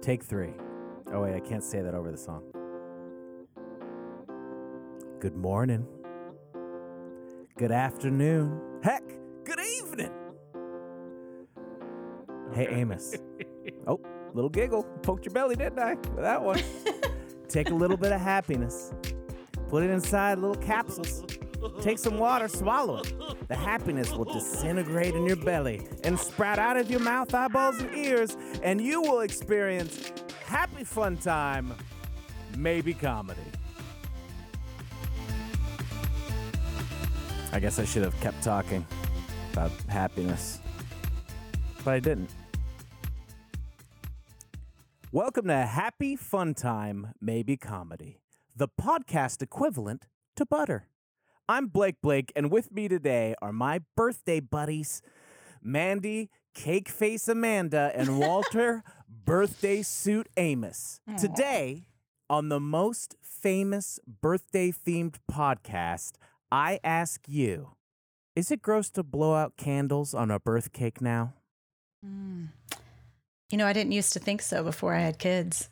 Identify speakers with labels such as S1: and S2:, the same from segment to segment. S1: Take three. Oh, wait, I can't say that over the song. Good morning. Good afternoon. Heck, good evening. Hey,
S2: Okay.
S1: Amos. oh, little giggle. Poked your belly, didn't I? With that one. Take a little bit of happiness. Put it inside little capsules. Take some water, swallow it. The happiness will disintegrate in your belly and sprout out of your mouth, eyeballs, and ears, and you will experience happy fun time, maybe comedy. I guess I should have kept talking about happiness, but I didn't. Welcome to Happy Fun Time Maybe Comedy, the podcast equivalent to butter. I'm Blake Blake, and with me today are my birthday buddies, Mandy Cakeface Amanda and Walter Birthday Suit Amos. Today, on the most famous birthday themed podcast, I ask you Is it gross to blow out candles on a birth cake now?
S3: You know, I didn't used to think so before I had kids.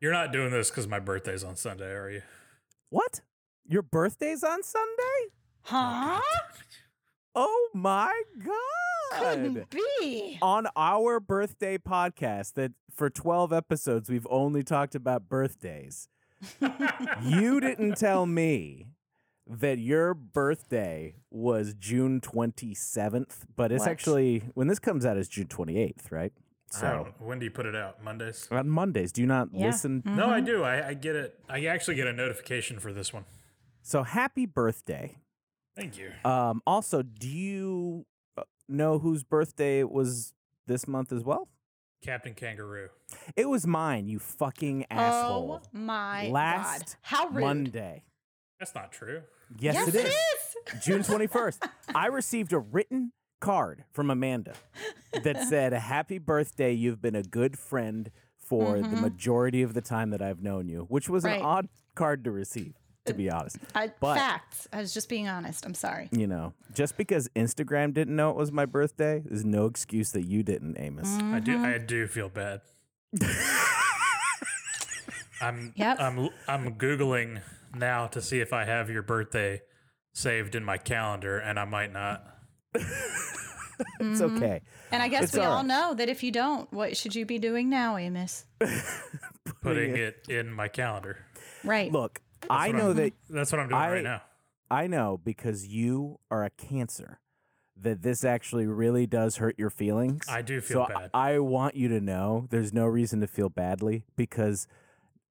S2: You're not doing this because my birthday's on Sunday, are you?
S1: What? Your birthday's on Sunday?
S3: Huh?
S1: Oh my God.
S3: Couldn't be.
S1: on our birthday podcast that for 12 episodes we've only talked about birthdays you didn't tell me that your birthday was june 27th but it's
S3: What?
S1: actually when this comes out it's june 28th right
S2: I
S1: so Oh.
S2: don't- when do you put it out? Mondays?
S1: on mondays do you not
S3: Yeah.
S1: listen
S2: No, I do. I, I get it. I actually get a notification for this one.
S1: so happy birthday
S2: Thank you.
S1: um also do you uh, know whose birthday it was this month as well
S2: Captain Kangaroo.
S1: it was mine you fucking asshole
S3: Oh my
S1: Last
S3: god. How rude.
S1: monday
S2: That's not true.
S1: Yes,
S3: Yes,
S1: it is. June 21st. I received a written card from Amanda that said, Happy birthday. You've been a good friend for the majority of the time that I've known you, which was
S3: Right.
S1: an odd card to receive, to be honest.
S3: I,
S1: But-
S3: facts. I was just being honest. I'm sorry.
S1: You know, just because Instagram didn't know it was my birthday, there's no excuse that you didn't, Amos.
S2: I do.
S1: Mm-hmm.
S2: I do feel bad. I'm.
S3: Yep.
S2: I'm. I'm googling now to see if I have your birthday saved in my calendar, and I might not.
S1: It's okay.
S3: And I guess
S1: It's
S3: we
S1: all
S3: all
S1: right.
S3: know that if you don't, what should you be doing now, Amos?
S2: Putting it in my calendar.
S3: Right.
S1: Look, I
S2: what
S1: know
S2: I'm-
S1: that
S2: That's what I'm doing
S1: I-
S2: right now.
S1: I know because you are a cancer that this actually really does hurt your feelings.
S2: I do feel
S1: so
S2: bad.
S1: I, I want you to know there's no reason to feel badly because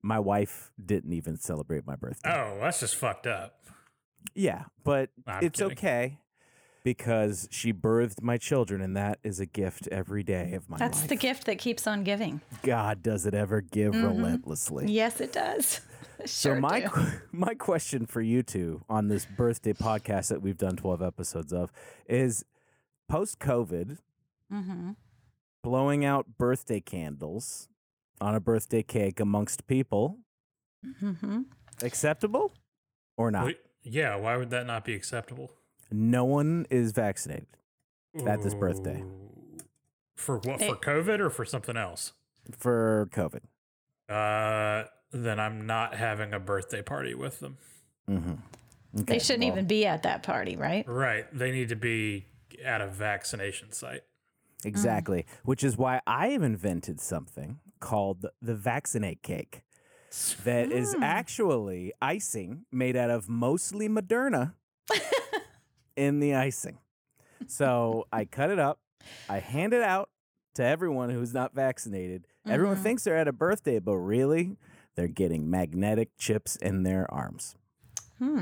S1: my wife didn't even celebrate my birthday.
S2: Oh, that's just fucked up.
S1: Yeah, but
S2: I'm
S1: it's
S2: kidding.
S1: okay because she birthed my children and that is a gift every day of my
S3: That's
S1: life.
S3: the gift Mm-hmm. that keeps on giving.
S1: God does it ever give relentlessly.
S3: Yes, it does.
S1: So
S3: sure
S1: my
S3: do.
S1: qu- my question for you two on this birthday podcast that we've done 12 episodes of is post COVID
S3: Mhm.
S1: blowing out birthday candles on a birthday cake amongst people
S3: Mhm.
S1: acceptable or not?
S2: Wait, yeah. Why would that not be acceptable?
S1: No one is vaccinated At this birthday.
S2: Ooh. For what?
S3: They-
S2: for COVID or for something else?
S1: for COVID.
S2: Uh, then I'm not having a birthday party with them.
S3: they shouldn't even be at that party, right?
S2: Right. They need to be at a vaccination site.
S1: Exactly. Which is why I have invented something called the vaccinate cake that is actually icing made out of mostly Moderna in the icing. So I cut it up, I hand it out to everyone who's not vaccinated. Everyone thinks they're at a birthday, but really, they're getting magnetic chips in their arms.
S3: Hmm.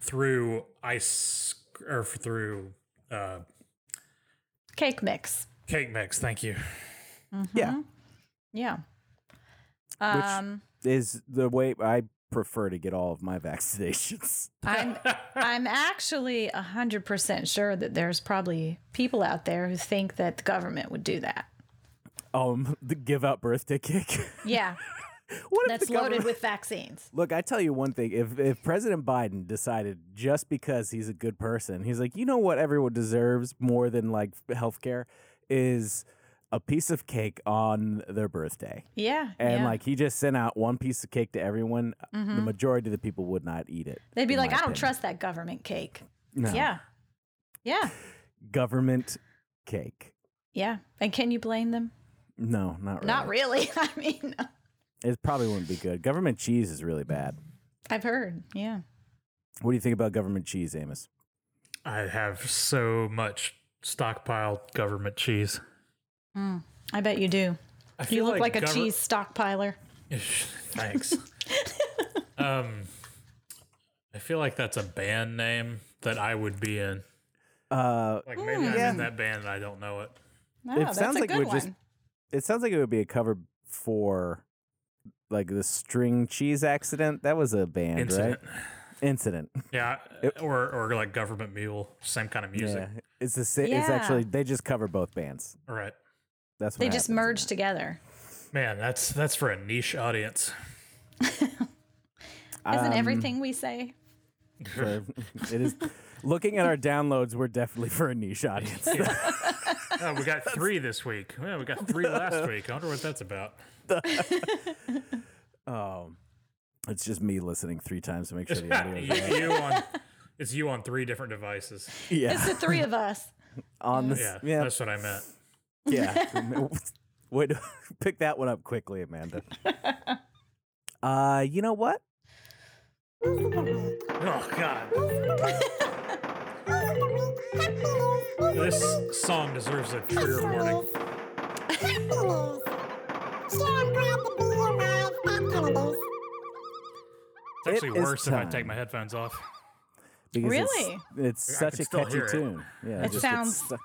S2: Through ice or through uh,
S3: Cake mix. Mm-hmm.
S2: cake mix. Thank you.
S1: Yeah.
S3: Yeah.
S1: Which
S3: Um
S1: is the way I prefer to get all of my vaccinations.
S3: I'm I'm actually hundred percent sure that there's probably people out there who think that the government would do that.
S1: Um, the give out birthday cake.
S3: Yeah,
S1: what if
S3: that's
S1: the
S3: loaded
S1: government?
S3: with vaccines.
S1: Look, I tell you one thing. If if President Biden decided just because he's a good person, he's like, you know what everyone deserves more than like healthcare is a piece of cake on their birthday.
S3: Yeah.
S1: And
S3: yeah.
S1: like he just sent out one piece of cake to everyone. uh, The
S3: Mhm.
S1: majority of the people would not eat it.
S3: they'd be
S1: in
S3: like,
S1: my
S3: I don't
S1: opinion.
S3: trust that government cake.
S1: No.
S3: Yeah. Yeah.
S1: Government cake.
S3: Yeah. And can you blame them?
S1: No, not really.
S3: Not really. I mean,
S1: It probably wouldn't be good. Government cheese is really bad.
S3: I've heard. Yeah.
S1: What do you think about government cheese, Amos?
S2: I have so much stockpiled government cheese.
S3: Mm. I bet you do.
S2: I
S3: You
S2: feel
S3: look like, a
S2: gover-
S3: cheese stockpiler.
S2: Thanks. um, I feel like that's a band name that I would be in.
S1: Uh,
S2: Like maybe I'm
S1: Yeah.
S2: in that band and I don't know it.
S3: Oh,
S1: It
S3: that's
S1: sounds
S3: a
S1: like
S3: good
S1: we're
S3: one.
S1: just- it sounds like it would be a cover for like the string cheese accident. That was a band,
S2: Incident.
S1: right? Incident.
S2: Yeah, or or like government mule, same kind of music.
S1: Yeah. It's the sa- it's
S3: Yeah.
S1: actually they just cover both bands.
S2: All right,
S1: That's what
S3: they just
S1: happens.
S3: merge together.
S2: man, that's that's for a niche audience.
S3: Isn't
S1: Um,
S3: everything we say?
S1: for- it is looking at our downloads, we're definitely for a niche audience.
S2: Oh, we got three this week. Yeah, we got three last week. I wonder what that's about.
S1: Oh, it's just me listening three times to make sure the
S2: you,
S1: audio. is right.
S2: you on, it's you on three different devices.
S3: It's
S1: yeah,
S3: the three of us.
S1: on this.
S2: Yeah,
S1: Yeah,
S2: that's what I meant.
S1: yeah. Way to pick that one up quickly, Amanda. Uh, you know what?
S2: Oh God, this song deserves a trigger warning. It's
S1: It
S2: actually
S1: is
S2: worse if I take
S1: time.
S2: my headphones off.
S1: Because it's-
S3: Really?
S1: It's,
S2: I
S1: such
S2: can
S1: a
S2: still
S1: catchy
S2: hear it.
S1: tune. Yeah, just
S3: It
S1: gets
S3: sounds-
S1: stuck.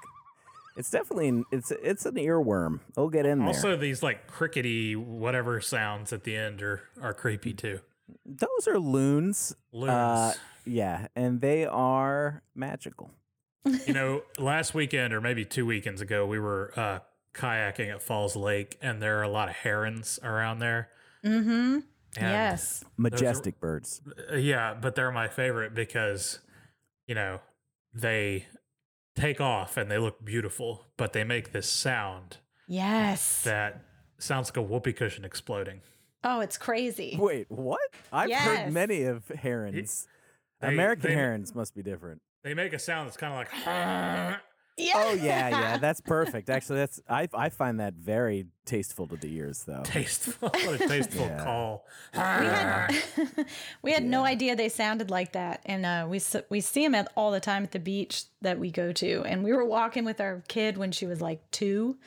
S1: It's definitely an, it's it's an earworm. It'll get in there.
S2: Also, these like crickety whatever sounds at the end are are creepy too.
S1: Those are loons.
S2: Loons.
S1: Uh, yeah, and they are magical.
S2: You know, last weekend or maybe two weekends ago, we were uh, kayaking at Falls Lake, and there are a lot of herons around there.
S3: Mm-hmm.
S2: And,
S3: yes.
S1: Majestic birds.
S2: uh, yeah, but they're my favorite because, you know, they take off and they look beautiful, but they make this sound
S3: Yes.
S2: that sounds like a whoopee cushion exploding.
S3: oh, it's crazy.
S1: Wait, what? I've heard
S3: Yes.
S1: many of herons.
S2: They-
S1: American
S2: they-
S1: herons must be different.
S2: They make a sound that's kind of like.
S3: Yeah.
S1: Oh yeah, yeah, that's perfect. Actually, that's I I find that very tasteful to the ears, though.
S2: Tasteful, what a tasteful
S1: Yeah.
S2: call.
S3: we had, we had no idea they sounded like that, and uh, we s- we see them at, all the time at the beach that we go to. And we were walking with our kid when she was like two,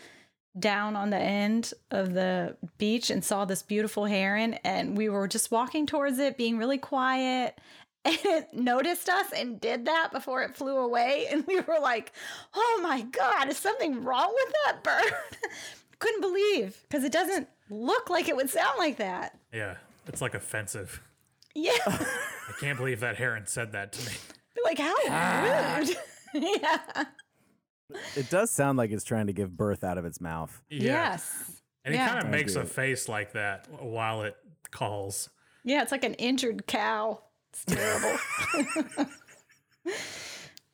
S3: down on the end of the beach, and saw this beautiful heron. And we were just walking towards it, being really quiet. And it noticed us and did that before it flew away. And we were like, "Oh my god, is something wrong with that bird?" Couldn't believe because it doesn't look like it would sound like that.
S2: Yeah, it's like offensive.
S3: Yeah.
S2: I can't believe that heron said that to me.
S3: like how rude. yeah.
S1: It does sound like it's trying to give birth out of its mouth.
S3: Yes.
S2: And he
S3: Yeah.
S2: kind of
S1: I
S2: makes
S1: get
S2: a
S1: it.
S2: face like that while it calls.
S3: Yeah, it's like an injured cow. It's terrible. but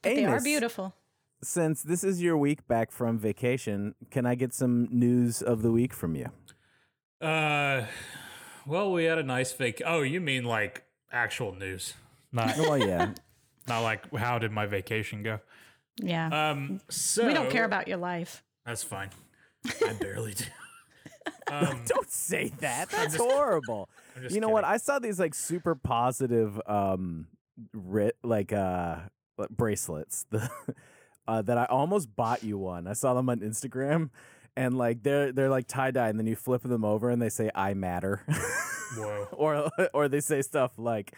S3: they are
S1: Amos,
S3: beautiful.
S1: Since this is your week back from vacation, can I get some news of the week from you?
S2: Uh, well, we had a nice vac. Oh, you mean like actual news, not
S1: Well, yeah,
S2: not like how did my vacation go?
S3: Yeah.
S2: Um, so
S3: we don't care about your life.
S2: That's fine. I barely do. Um,
S1: don't say that. That's horrible.
S2: I'm
S1: You know
S2: just
S1: what?
S2: kidding.
S1: I saw these like super positive, um, writ like uh what- bracelets the, uh, that I almost bought you one. I saw them on Instagram, and like they're they're like tie dye, and then you flip them over, and they say "I matter,"
S2: Whoa,
S1: or or they say stuff like.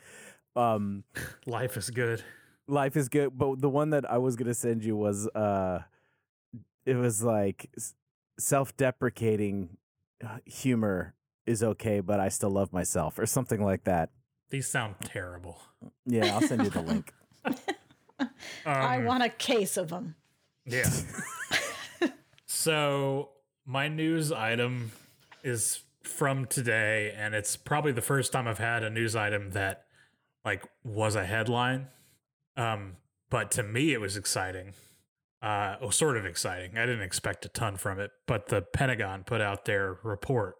S1: Um,
S2: life is good.
S1: life is good but the one that i was going to send you was uh it was like s- self-deprecating uh, humor is okay but i still love myself or something like that
S2: These sound terrible.
S1: yeah i'll send you the link
S2: Um,
S3: I want a case of them.
S2: Yeah. so my news item is from today, and it's probably the first time I've had a news item that like was a headline. Um, but to me, it was exciting. uh, was sort of exciting. I didn't expect a ton from it, but the Pentagon put out their report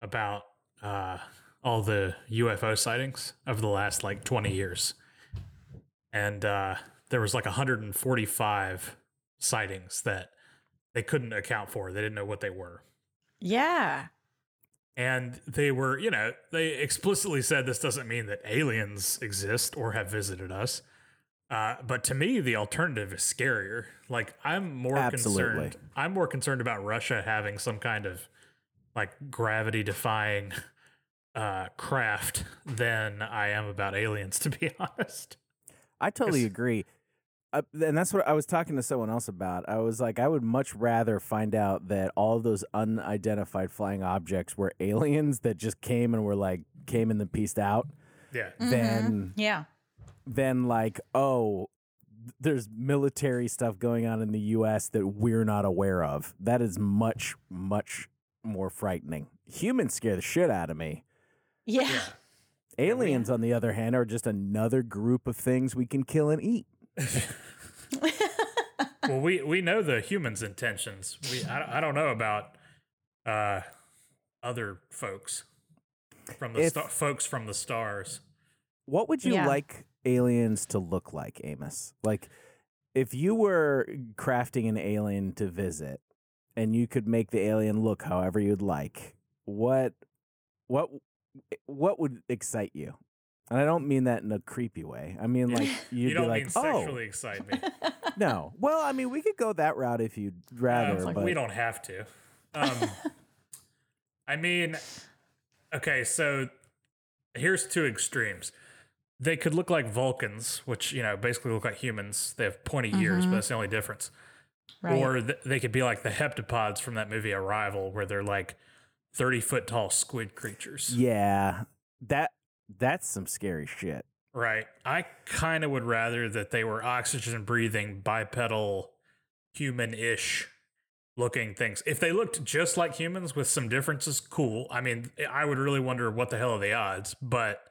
S2: about uh, all the UFO sightings of the last like 20 years. And uh, there was like 145 sightings that they couldn't account for. They didn't know what they were.
S3: Yeah.
S2: And they were, you know, they explicitly said this doesn't mean that aliens exist or have visited us. Uh, but to me, the alternative is scarier. Like I'm more
S1: Absolutely.
S2: concerned. I'm more concerned about Russia having some kind of like gravity defying uh, craft than I am about aliens. To be honest,
S1: I totally
S2: Yes.
S1: agree. Uh, and that's what I was talking to someone else about. I was like, I would much rather find out that all those unidentified flying objects were aliens that just came and were like came and then pieced out
S2: yeah,
S1: Mm.
S3: Mhm.
S1: Then-
S3: yeah.
S1: than like, oh, th- there's military stuff going on in the US that we're not aware of. That is much, much more frightening. Humans scare the shit out of me.
S3: Yeah.
S2: yeah.
S1: Aliens, on the other hand, are just another group of things we can kill and eat.
S2: well, we we know the humans' intentions. We I, I don't know about uh, other folks from the
S1: If-
S2: sta- folks from the stars.
S1: What would you
S3: Yeah.
S1: like aliens to look like, Amos? Like, if you were crafting an alien to visit, and you could make the alien look however you'd like, what, what, eh, what would excite you? And I don't mean that in a creepy way. I mean like you'd
S2: you
S1: be
S2: don't
S1: like,
S2: mean
S1: oh
S2: sexually excite me.
S1: no. Well, I mean we could go that route if you'd rather,
S2: Uh,
S1: but
S2: we don't have to. Um, I mean, okay, so here's two extremes. They could look like Vulcans, which you know basically look like humans. They have pointy ears,
S1: Mm-hmm.
S2: but that's the only difference.
S3: right.
S2: Or th- they could be like the heptapods from that movie Arrival, where they're like thirty foot tall squid creatures.
S1: yeah, that that's some scary shit.
S2: Right. I kind of would rather that they were oxygen breathing, bipedal, human ish looking things. If they looked just like humans with some differences, cool. I mean, I would really wonder what the hell are the odds, but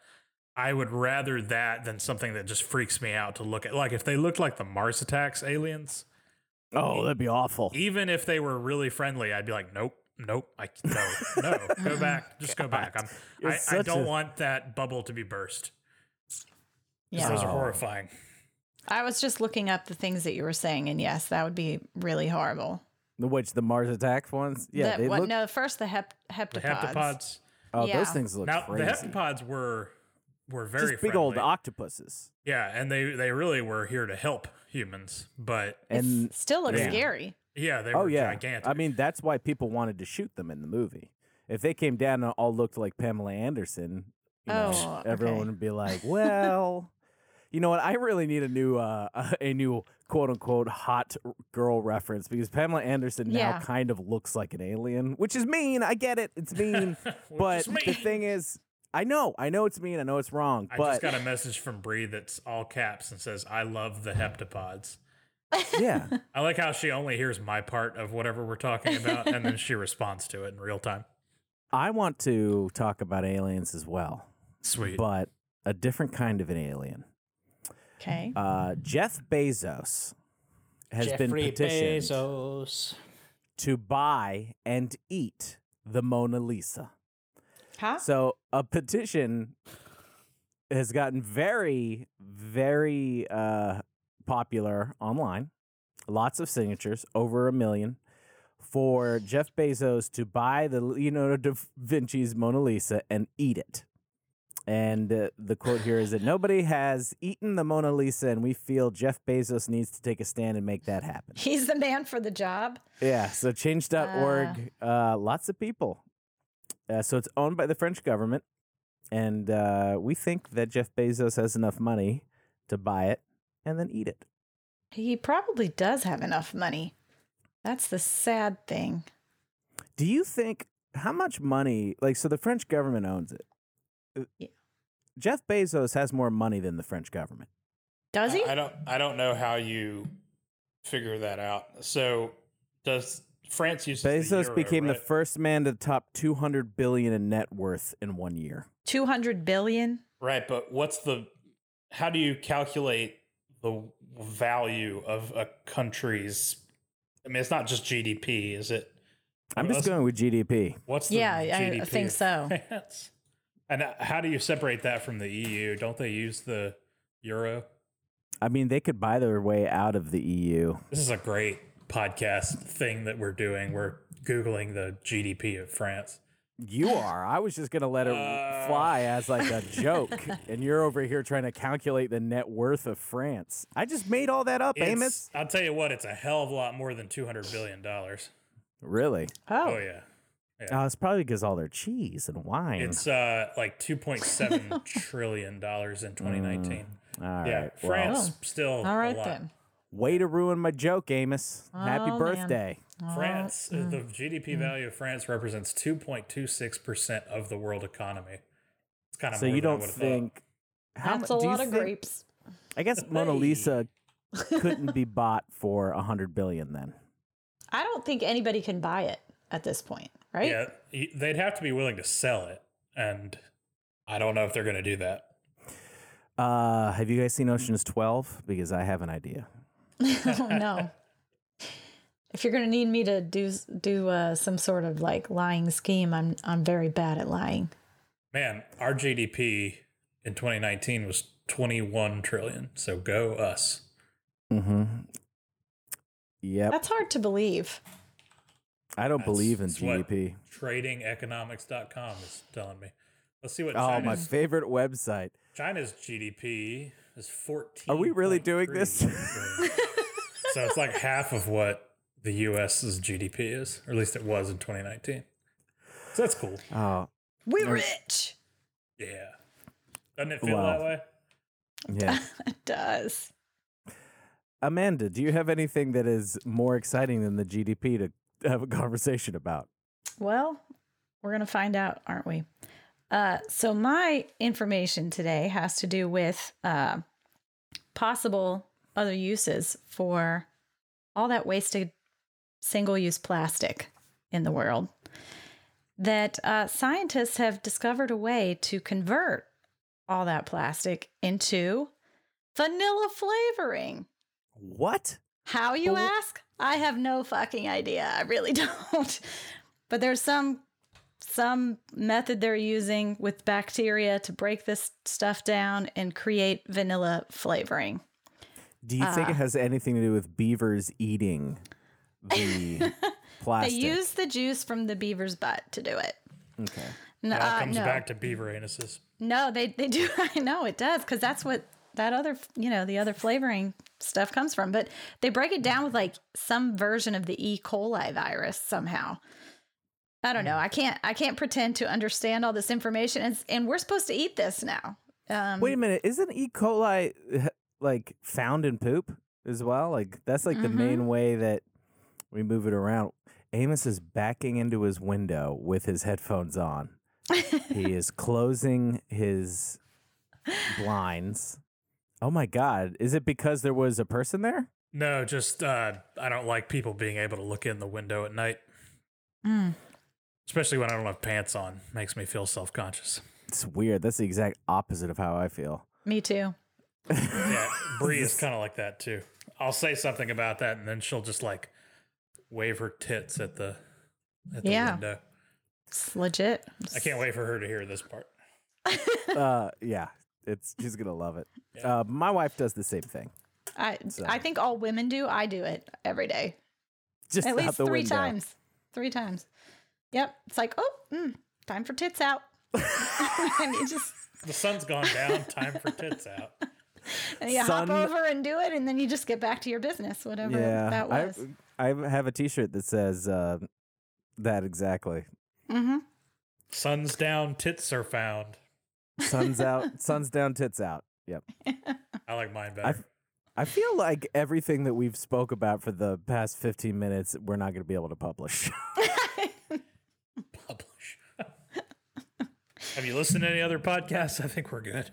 S2: I would rather that than something that just freaks me out to look at. Like if they looked like the Mars attacks aliens,
S1: Oh, that'd be awful.
S2: even if they were really friendly, I'd be like, nope, nope, I no, no, go back, just go back. I'm,
S1: You're
S2: I, I
S1: such
S2: don't
S1: a-
S2: want that bubble to be burst. 'Cause
S3: Yeah.
S2: Those are
S1: Oh.
S2: horrifying.
S3: I was just looking up the things that you were saying, and yes, that would be really horrible.
S1: The which the Mars attack ones? Yeah,
S3: That-
S1: they
S3: what-
S1: look.
S3: no, first the hep-
S2: The
S3: heptapods.
S2: heptapods.
S1: oh,
S3: yeah.
S1: those things look
S2: Now
S1: crazy.
S2: the heptapods were were very
S1: Just big
S2: friendly.
S1: old octopuses.
S2: yeah, and they they really were here to help humans. But
S1: And
S3: Still looks
S2: Yeah.
S3: scary.
S2: yeah, they were
S1: oh yeah,
S2: gigantic.
S1: I mean that's why people wanted to shoot them in the movie. If they came down and all looked like Pamela Anderson, you know,
S3: Oh,
S1: everyone
S3: okay.
S1: would be like, "Well, you know what? I really need a new uh, a new quote unquote hot r- girl reference because Pamela Anderson now
S3: Yeah.
S1: kind of looks like an alien, which is mean. I get it, it's mean,
S2: Which
S1: but
S2: is me.
S1: the thing is, I know, I know it's mean, I know it's wrong,
S2: I
S1: but
S2: just got a message from Bree that's all caps and says, "I love the heptapods."
S1: yeah.
S2: I like how she only hears my part of whatever we're talking about, and then she responds to it in real time.
S1: I want to talk about aliens as well,
S2: Sweet.
S1: but a different kind of an alien.
S3: Okay.
S1: Uh, Jeff Bezos has
S4: Jeffrey
S1: been petitioned
S4: Bezos.
S1: to buy and eat the Mona Lisa.
S3: Huh?
S1: So a petition has gotten very, very uh, popular online. Lots of signatures, over a million, for Jeff Bezos to buy the Leonardo da Vinci's Mona Lisa and eat it. And uh, the quote here is that nobody has eaten the Mona Lisa, and we feel Jeff Bezos needs to take a stand and make that happen.
S3: He's the man for the job.
S1: Yeah, so change.org, uh, lots of people. Uh, so it's owned by the French government. And uh, we think that Jeff Bezos has enough money to buy it and then eat it.
S3: He probably does have enough money. That's the sad thing.
S1: Do you think how much money, like, so the French government owns it? Uh,
S3: Yeah.
S1: Jeff Bezos has more money than the French government.
S3: Does he?
S4: I, I don't. I don't know how you figure that out. So does France use the
S1: Bezos
S4: euro,
S1: became the
S4: right?
S1: first man to top 200 billion in net worth in one year.
S3: 200 billion?
S4: right? But what's the? How do you calculate the value of a country's. I mean, it's not just GDP, is it?
S1: I'm just going with GDP.
S4: What's the
S3: Yeah, I- I
S4: GDP
S3: think
S4: of
S3: so.
S4: France?
S2: And uh, how do you separate that from the
S4: E
S2: EU? Don't they use the euro?
S1: I mean, they could buy their way out of the E EU.
S2: This is a great podcast thing that we're doing. We're Googling the GDP of France.
S1: You are. I was just going to let it
S2: Uh.
S1: fly as like a joke. and you're over here trying to calculate the net worth of France. I just made all that up,
S2: It's-
S1: Amos.
S2: I'll tell you what, it's a hell of a lot more than $200 billion. Oh,
S1: Really?
S3: Oh,
S2: yeah.
S1: Uh, it's probably because all their cheese and wine.
S2: It's uh, like $2.7 trillion dollars in 2019.
S1: Mm. All right.
S2: yeah,
S1: well,
S2: France still.
S3: all
S2: a
S3: right
S2: lot.
S3: then.
S1: way to ruin my joke, Amos. Happy
S3: Oh, man.
S1: birthday.
S2: France, uh,
S3: Mm.
S2: the GDP value of France represents 2.26% of the world economy. It's kind of
S1: So you don't think. how
S3: That's
S1: mu-
S3: a
S1: do you
S3: lot of
S1: think-
S3: grapes.
S1: I guess Mona Lisa couldn't be bought for a hundred billion then.
S3: I don't think anybody can buy it at this point, right?
S2: Yeah, y- they'd have to be willing to sell it. And I don't know if they're going to do that.
S1: Uh, have you guys seen Ocean's Twelve? Because I have an idea.
S3: oh no. If you're gonna need me to do do uh, some sort of like lying scheme, I'm I'm very bad at lying.
S2: Man, our GDP in 2019 was 21 trillion. So go us.
S1: Mm-hmm. Yep.
S3: That's hard to believe.
S1: I don't
S2: That's-
S1: believe in E
S2: that's what
S1: GDP.
S2: TradingEconomics.com is telling me. Let's see what
S1: Oh, my
S2: China's,
S1: favorite website.
S2: China's GDP is
S1: Are
S2: 14.
S1: we really doing this?
S2: so it's like half of what the US's GDP is, or at least it was in 2019. So that's cool.
S1: Oh,
S3: We're
S1: Mm.
S3: rich.
S2: Yeah. Doesn't it feel
S1: Wow.
S2: that way?
S1: yeah.
S3: It does.
S1: Amanda, do you have anything that is more exciting than the GDP to have a conversation about?
S3: Well, we're gonna find out, aren't we? Uh, so my information today has to do with uh, possible other uses for all that wasted single-use plastic in the world. That uh, scientists have discovered a way to convert all that plastic into vanilla flavoring.
S1: What?
S3: How you ask? I have no fucking idea. I really don't. But there's some some method they're using with bacteria to break this stuff down and create vanilla flavoring.
S1: Do you think it has anything to do with beavers eating the plastic?
S3: They use the juice from the beaver's butt to do it.
S1: okay.
S3: N-
S2: It all
S3: uh,
S2: comes
S3: no,
S2: back to beaver anuses.
S3: no, they they do. I know it does because that's what that other you know the other flavoring stuff comes from. But they break it down with like some version of the E. coli virus somehow. I don't know. I can't. I can't pretend to understand all this information. And, and we're supposed to eat this now. Um,
S1: Wait a minute. Isn't E. coli like found in poop as well? Like that's like the
S3: Mm-hmm.
S1: main way that we move it around. Amos is backing into his window with his headphones on. he is closing his blinds. Oh my god! Is it because there was a person there?
S2: No, just uh, I don't like people being able to look in the window at night,
S3: mm.
S2: especially when I don't have pants on. Makes me feel self conscious.
S1: It's weird. That's the exact opposite of how I feel.
S3: me too.
S2: Yeah, Bree is kind of like that too. I'll say something about that, and then she'll just like wave her tits at the at the
S3: Yeah.
S2: window.
S3: It's legit.
S2: I can't wait for her to hear this part.
S1: uh, yeah, it's she's gonna love it. Uh, my wife does the same thing.
S3: I I think all women do. I do it every day.
S1: Just
S3: At
S1: out
S3: least
S1: the
S3: three
S1: window.
S3: times. Three times. Yep. It's like, oh, mm, time for tits out. and you just
S2: The sun's gone down. Time for tits out.
S3: and you
S1: Sun-
S3: hop over and do it, and then you just get back to your business, whatever
S1: Yeah,
S3: that was.
S1: I I have a T-shirt that says uh, that exactly.
S3: mm-hmm.
S2: Sun's down. Tits are found.
S1: Sun's out, sun's down, tits out. Yep.
S2: I like mine better.
S1: I've- I feel like everything that we've spoke about for the past 15 minutes, we're not going to be able to publish.
S2: publish. Have you listened to any other podcasts? I think we're good.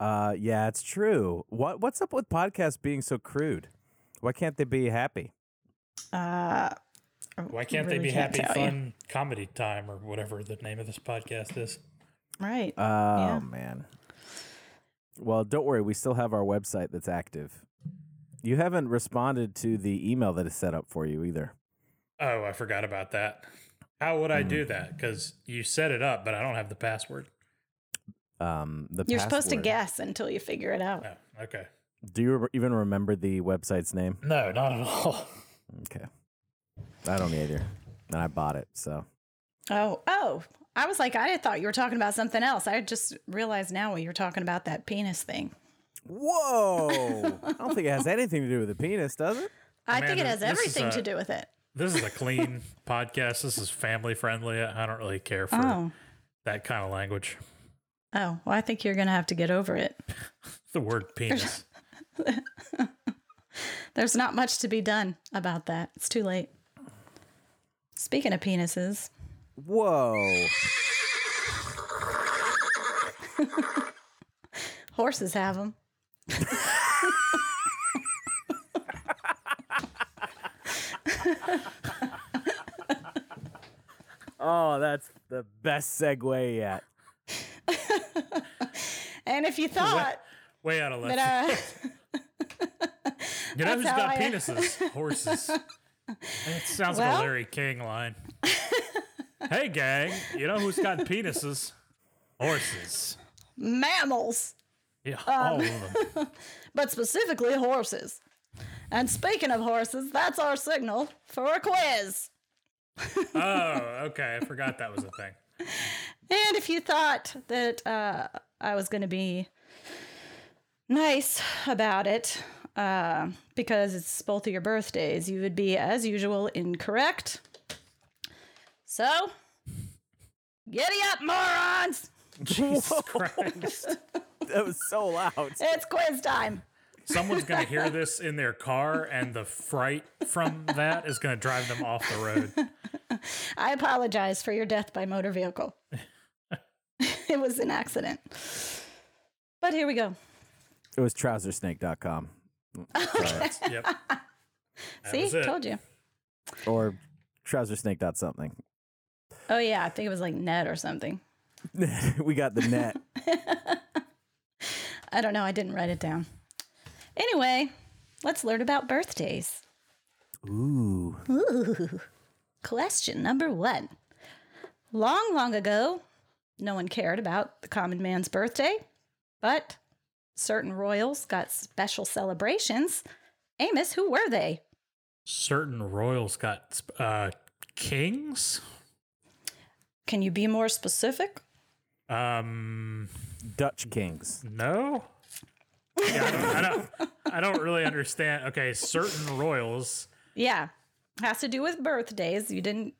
S1: uh, yeah, it's true. What what's up with podcasts being so crude? Why can't they be happy?
S3: Uh,
S2: Why can't
S3: Really
S2: they be
S3: can't
S2: happy,
S3: tell you.
S2: fun, comedy time,
S1: Uh,
S2: or whatever the name of this podcast is?
S3: right.
S1: Oh
S3: Yeah.
S1: man. Oh, Well, don't worry. We still have our website that's active. You haven't responded to the email that is set up for you either.
S2: Oh, I forgot about that. How would I do that? Because you set it up, but I don't have the password.
S1: Um, the
S3: You're supposed to
S1: password-
S3: guess until you figure it out.
S2: Oh, okay.
S1: Do you re- even remember the website's name?
S2: No, not at all.
S1: Okay. I don't either. And I bought it, so
S3: Oh, oh. I was like, I had thought you were talking about something else. I just realized now what you were talking about that penis thing.
S1: Whoa! I don't think it has anything to do with the penis, does it?
S3: I think it
S2: Amanda,
S3: has
S2: this is uh,
S3: everything
S2: a-
S3: to do with it.
S2: This is a clean podcast. This is family friendly. I don't really care for
S3: Oh.
S2: that kind of language.
S3: Oh, well, I think you're going to have to get over it.
S2: The word penis.
S3: There's not much to be done about that. It's too late. Speaking of penises,
S1: Whoa.
S3: horses have them.
S1: Oh, that's the best segue yet.
S3: And if you thought
S2: Way out of left. field.
S3: that, uh,
S2: you know who's
S3: how
S2: got
S3: I-
S2: penises? Horses. It sounds like
S3: Well-
S2: a Larry King line. hey, gang. You know who's got penises? Horses.
S3: mammals,
S2: Yeah,
S3: Um.
S2: all of them.
S3: but specifically horses. And speaking of horses, that's our signal for a quiz.
S2: Oh, okay. I forgot that was a thing.
S3: And if you thought that uh, I was going to be nice about it, uh, because it's both of your birthdays, you would be, as usual, incorrect. So, giddy up, morons!
S2: Jesus Christ.
S1: That was so loud.
S3: It's quiz time.
S2: Someone's going to hear this in their car, and the fright from that is going to drive them off the road.
S3: I apologize for your death by motor vehicle. it was an accident. But here we go.
S1: It was trousersnake.com
S2: Yep. That
S3: See,
S2: was it.
S3: told you.
S1: or trousersnake.something.
S3: Oh, yeah, I think it was like net or something.
S1: we got the net.
S3: I don't know. I didn't write it down. Anyway, let's learn about birthdays.
S1: Ooh.
S3: Ooh. Question number one. Long, long ago, no one cared about the common man's birthday, but certain royals got special celebrations. Amos, who were they?
S2: Certain royals got uh, kings.
S3: Can you be more specific?
S2: Um,
S1: Dutch kings.
S2: no. Yeah, I don't, I don't. I don't really understand. Okay, certain royals.
S3: Yeah, has to do with birthdays. You didn't,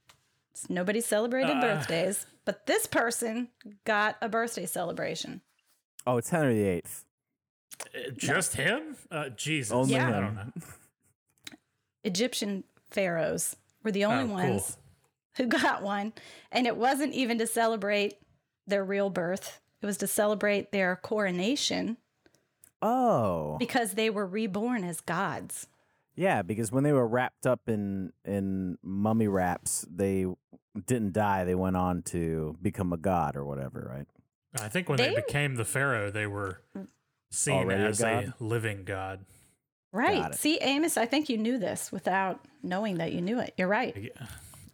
S3: nobody
S1: Ah.
S3: celebrated birthdays, but this person got a birthday celebration.
S1: Oh, it's Henry VIII.
S2: Uh, Just him? Uh, Jesus.
S1: Only
S3: Yeah.
S2: I don't
S1: him.
S2: know.
S3: Egyptian pharaohs were the only
S2: Oh, cool.
S3: ones who got one. And it wasn't even to celebrate their real birth, it was to celebrate their coronation
S1: Oh.
S3: because they were reborn as gods.
S1: Yeah, because when they were wrapped up in in mummy wraps, they didn't die. They went on to become a god or whatever, right?
S2: I think when they,
S3: They-
S2: became the pharaoh, they were seen
S1: Already a
S2: as a,
S1: god?
S2: living god.
S1: Got
S3: Right.
S1: it.
S3: See, Amos, I think you knew this without knowing that you knew it. You're right.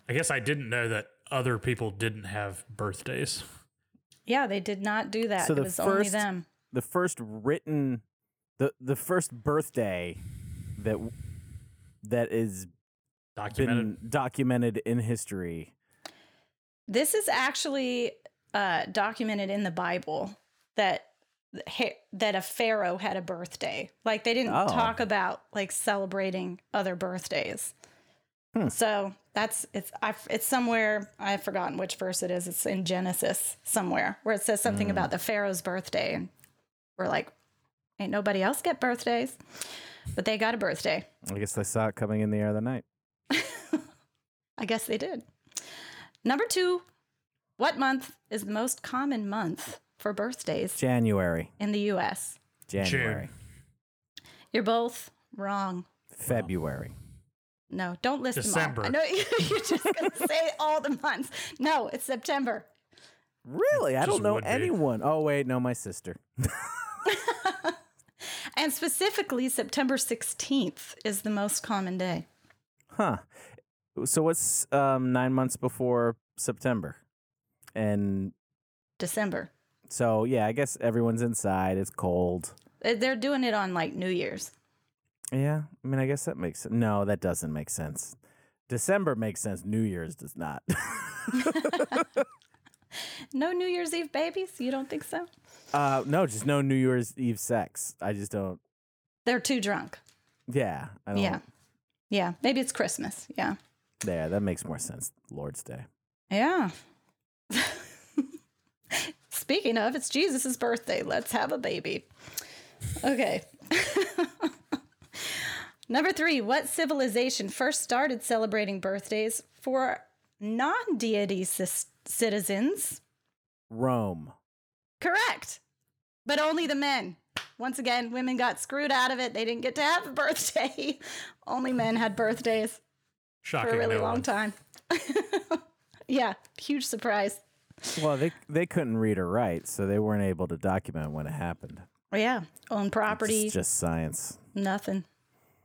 S2: I guess I didn't know that other people didn't have birthdays.
S3: Yeah, they did not do that.
S1: So the
S3: it was only
S1: first-
S3: them.
S1: The first written the the first birthday that that is
S2: Documented.
S1: been documented in history.
S3: This is actually uh, documented in the Bible that he- that a pharaoh had a birthday. Like they didn't
S1: Oh.
S3: talk about like celebrating other birthdays.
S1: Hmm.
S3: So that's it's I it's somewhere I've forgotten which verse it is. It's in Genesis somewhere where it says
S1: Hmm.
S3: something about the pharaoh's birthday, and we're like, ain't nobody else get birthdays, but they got a birthday.
S1: I guess I saw it coming in the air the night.
S3: I guess they did. Number two, what month is the most common month for birthdays
S1: January,
S3: in the US?
S1: January,
S3: You're both wrong.
S1: February.
S3: No, don't list
S2: December.
S3: them all. I know you're just going to say all the months. No, it's September.
S1: Really? I
S2: Just
S1: don't know
S2: would be.
S1: anyone. Oh wait, no, my sister.
S3: and specifically, September 16th is the most common day.
S1: Huh. So what's um, nine months before September? And
S3: December.
S1: so, yeah, I guess everyone's inside. It's cold.
S3: They- Uh, They're doing it on like New Year's.
S1: Yeah. I mean, I guess that makes No, that doesn't make sense. December makes sense. New Year's does not.
S3: No New Year's Eve babies? You don't think so?
S1: uh, no, just no New Year's Eve sex. I just don't.
S3: They're too drunk.
S1: Yeah. I don't.
S3: Yeah. Yeah. Maybe it's Christmas. Yeah.
S1: Yeah, that makes more sense. Lord's Day.
S3: Yeah. Speaking of, it's Jesus' birthday. Let's have a baby. Okay. Number three, what civilization first started celebrating birthdays for non deity cis- citizens?
S1: Rome.
S3: Correct. But only the men. Once again, women got screwed out of it. They didn't get to have a birthday. only men had birthdays
S2: Shocking.
S3: for a really
S2: no
S3: long
S2: one.
S3: time. yeah, huge surprise.
S1: Well, they they couldn't read or write, so they weren't able to document when it happened.
S3: Yeah, own property,
S1: It's just science.
S3: nothing,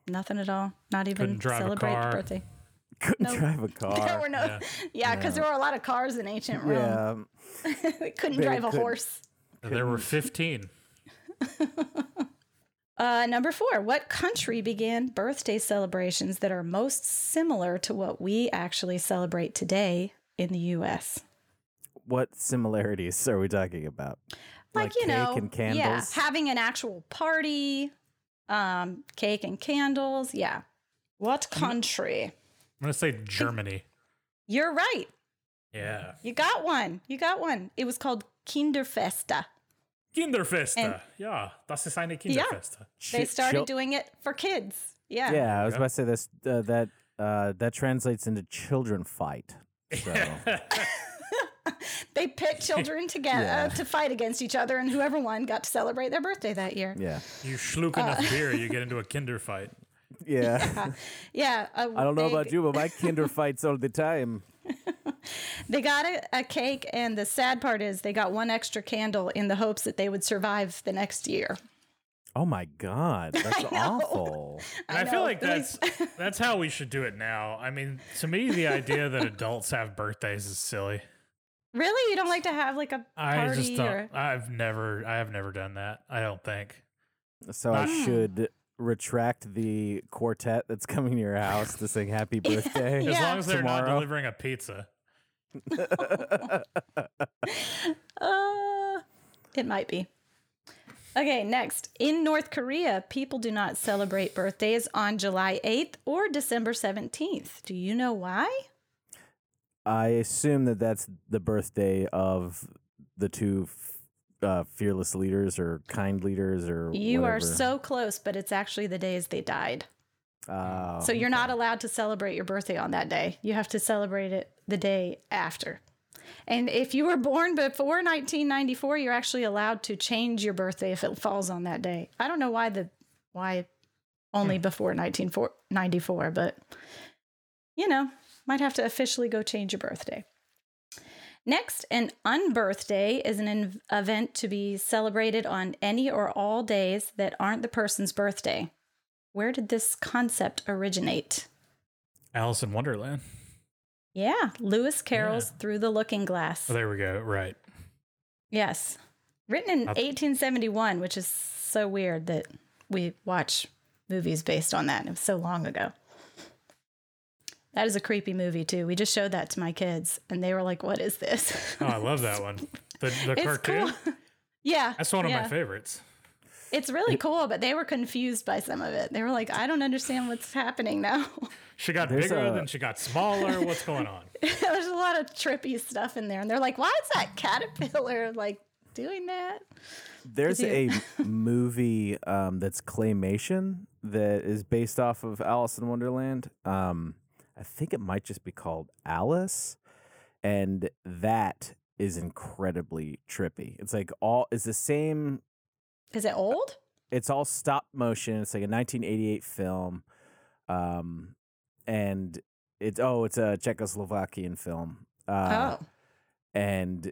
S3: nothing at all. Not even
S2: Couldn't drive a
S3: celebrate the
S2: car.
S3: birthday.
S1: Couldn't
S3: No.
S1: drive a
S3: There
S1: car.
S3: were no, yeah, because there were a lot of cars in ancient Rome.
S1: yeah, um,
S3: they couldn't
S1: They
S3: drive a
S1: couldn't.
S3: horse.
S2: There were 15.
S3: Uh, number four, what country began birthday celebrations that are most similar to what we actually celebrate today in the U.S.?
S1: what similarities are we talking about?
S3: like, you
S1: cake
S3: know,
S1: and candles.
S3: yeah, having an actual party, um, cake and candles. Yeah. What country?
S2: I'm going to say Germany.
S3: You're right.
S2: Yeah.
S3: You got one. You got one. It was called Kinderfesta.
S2: Kinderfesta.
S3: And-
S2: yeah. Das ist eine
S3: Yeah.
S2: Kinderfesta.
S3: They
S1: Ch-
S3: started
S1: chil-
S3: doing it for kids. Yeah.
S1: Yeah, I was
S2: Yeah.
S1: about to say this. Uh, that uh, that translates into children fight. So
S3: They pit children together
S1: Yeah.
S3: to fight against each other, and whoever won got to celebrate their birthday that year.
S1: yeah,
S2: You schluck enough
S3: Uh,
S2: beer, you get into a Kinder fight.
S1: yeah.
S3: Yeah. uh,
S1: I don't know
S3: they-
S1: about you, but my kinder fights all the time.
S3: They got a, a cake, and the sad part is they got one extra candle in the hopes that they would survive the next year.
S1: Oh my god, that's awful.
S2: And I,
S3: know,
S2: feel like
S3: at least-
S2: that's that's how we should do it now. I mean, to me, the idea that adults have birthdays is silly.
S3: Really, you don't like to have like a
S2: I
S3: party
S2: just don't.
S3: or
S2: I've never. I have never done that. I don't think.
S1: So I should retract the quartet that's coming to your house to sing happy birthday.
S2: As
S3: Yeah.
S2: long as they're not
S1: Tomorrow.
S2: delivering a pizza.
S3: uh, it might be. Okay, next. In North Korea, people do not celebrate birthdays on July 8th or December 17th. Do you know why?
S1: I assume that that's the birthday of the two f- uh, fearless leaders or kind leaders or
S3: You are
S1: whatever.
S3: so close, but it's actually the days they died.
S1: Oh,
S3: so you're not allowed to celebrate your birthday on that day. You have to celebrate it the day after. And if you were born before 1994, you're actually allowed to change your birthday if it falls on that day. I don't know why the why only before 1994, but you know, might have to officially go change your birthday. Next, an unbirthday is an in- event to be celebrated on any or all days that aren't the person's birthday. Where did this concept originate?
S2: Alice in Wonderland.
S3: Yeah, Lewis Carroll's
S2: Yeah.
S3: Through the Looking Glass.
S2: Oh, there we go. Right.
S3: Yes. Written in
S2: I-
S3: 1871, which is so weird that we watch movies based on that. It was so long ago. That is a creepy movie, too. We just showed that to my kids, and they were like, What is this?
S2: Oh, I love that one. The the
S3: It's
S2: cartoon.
S3: cool. yeah.
S2: That's one of
S3: yeah.
S2: my favorites.
S3: It's really cool, but they were confused by some of it. They were like, I don't understand what's happening now.
S2: She got
S1: There's
S2: bigger,
S1: a-
S2: then she got smaller. What's going on?
S3: There's a lot of trippy stuff in there. And they're like, Why is that caterpillar like doing that?
S1: There's a
S3: Did
S1: movie um, that's claymation that is based off of Alice in Wonderland. Um, I think it might just be called Alice, and that is incredibly trippy. It's like all it's the same
S3: Is it old?
S1: it's all stop motion. It's like a 1988 film, um, and it's oh, it's a Czechoslovakian film, uh,
S3: oh.
S1: and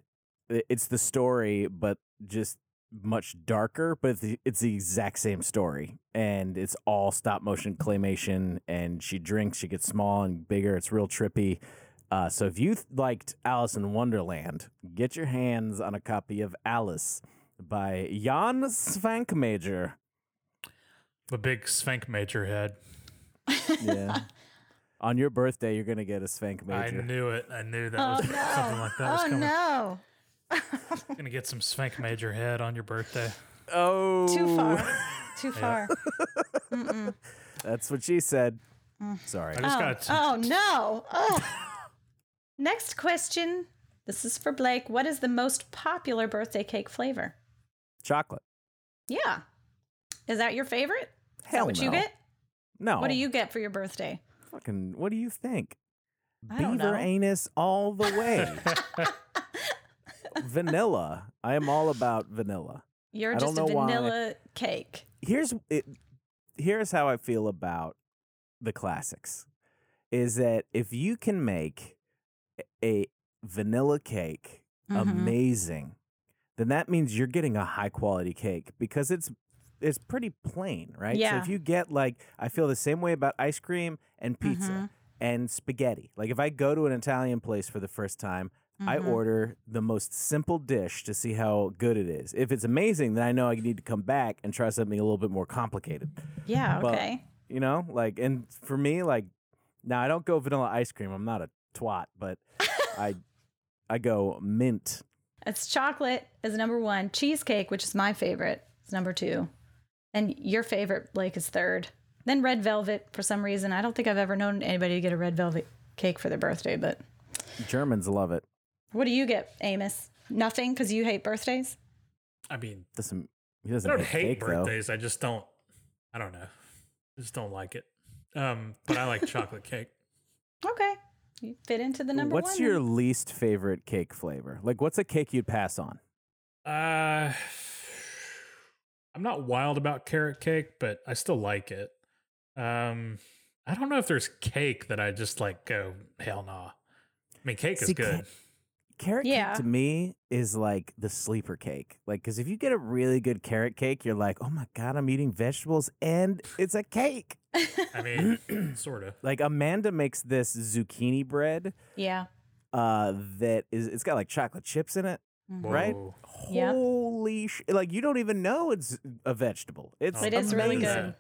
S1: i- it's the story, but just much darker, but it's the, it's the exact same story. And it's all stop motion claymation. And she drinks, she gets small and bigger. It's real trippy. Uh, so if you th- liked Alice in Wonderland, get your hands on a copy of Alice by Jan Svankmajer.
S2: The big Svenk Major head.
S1: Yeah. on your birthday, you're going to get a Svenk Major.
S2: I knew it. I knew that
S3: Oh
S2: was something
S3: no!
S2: like that was
S3: Oh
S2: coming.
S3: no!
S2: Gonna get some Svenk Major head on your birthday.
S1: Oh.
S3: Too far. Too far.
S1: uh, That's what she said. Sorry.
S2: I
S3: Oh,
S2: just got to
S3: oh no! Oh. Next question. This is for Blake. What is the most popular birthday cake flavor?
S1: Chocolate.
S3: Yeah. Is that your favorite? Is that
S1: Hell
S3: what
S1: no.
S3: you get?
S1: No.
S3: What do you get for your birthday?
S1: fucking what do you think?
S3: I don't
S1: Beaver
S3: know.
S1: anus all the way. vanilla. I am all about vanilla.
S3: You're
S1: I don't
S3: just a
S1: know why.
S3: vanilla cake.
S1: Here's it, here's how I feel about the classics. Is that if you can make a vanilla cake
S3: Mhm.
S1: amazing, then that means you're getting a high quality cake because it's it's pretty plain, right? So
S3: Yeah.
S1: if you get like I feel the same way about ice cream and pizza
S3: Mhm.
S1: and spaghetti. Like if I go to an Italian place for the first time, I
S3: Mhm.
S1: order the most simple dish to see how good it is. If it's amazing, then I know I need to come back and try something a little bit more complicated.
S3: Yeah.
S1: but-
S3: Okay.
S1: You know? Like and for me like now I don't go vanilla ice cream. I'm not a twat, but I I go mint
S3: It's chocolate is number one. Cheesecake, which is my favorite, is number two. And your favorite, Blake, is third. Then red velvet, for some reason. I don't think I've ever known anybody to get a red velvet cake for their birthday, but
S1: Germans love it.
S3: what do you get, Amos? Nothing because you hate birthdays?
S2: I mean,
S1: Doesn't he
S2: I
S1: doesn't
S2: don't
S1: hate
S2: hate
S1: cake,
S2: birthdays. I just don't I don't know. I just don't like it. Um, but I like chocolate cake.
S3: Okay. You fit into the
S1: Though.
S3: number
S1: What's
S3: one.
S1: your
S3: then.
S1: least favorite cake flavor? Like, what's a cake you'd pass on?
S2: Uh I'm not wild about carrot cake, but I still like it. Um I don't know if there's cake that I just like go hell nah. I mean cake
S1: See,
S2: is good.
S1: Carrot
S3: Yeah.
S1: cake to me is like the sleeper cake. Like, because if you get a really good carrot cake, you're like, oh my God, I'm eating vegetables and it's a cake.
S2: I mean sort of.
S1: Like, Amanda makes this zucchini bread
S3: Yeah.
S1: uh, that is, it's got like chocolate chips in it. Right?
S3: Yep.
S1: Holy sh! Like you don't even know it's a vegetable. It's
S3: It is really
S1: amazing.
S3: good.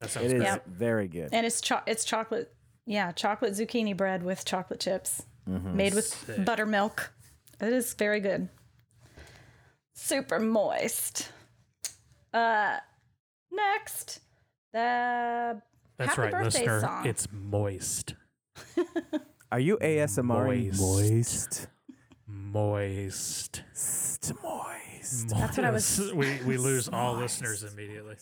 S2: That sounds
S1: It is
S2: great.
S3: Yep.
S1: very good.
S3: And it's cho- it's chocolate. Yeah, chocolate zucchini bread with chocolate chips,
S1: Mm-hmm.
S3: made with
S2: Sick.
S3: buttermilk. It is very good. Super moist. Uh, next, the
S2: That's
S3: happy
S2: right,
S3: birthday
S2: listener.
S3: song.
S2: It's moist.
S1: Are you ASMR
S2: Moist. Moist.
S1: Moist. Moist.
S2: That's
S3: what I was-
S2: We we lose all listeners immediately.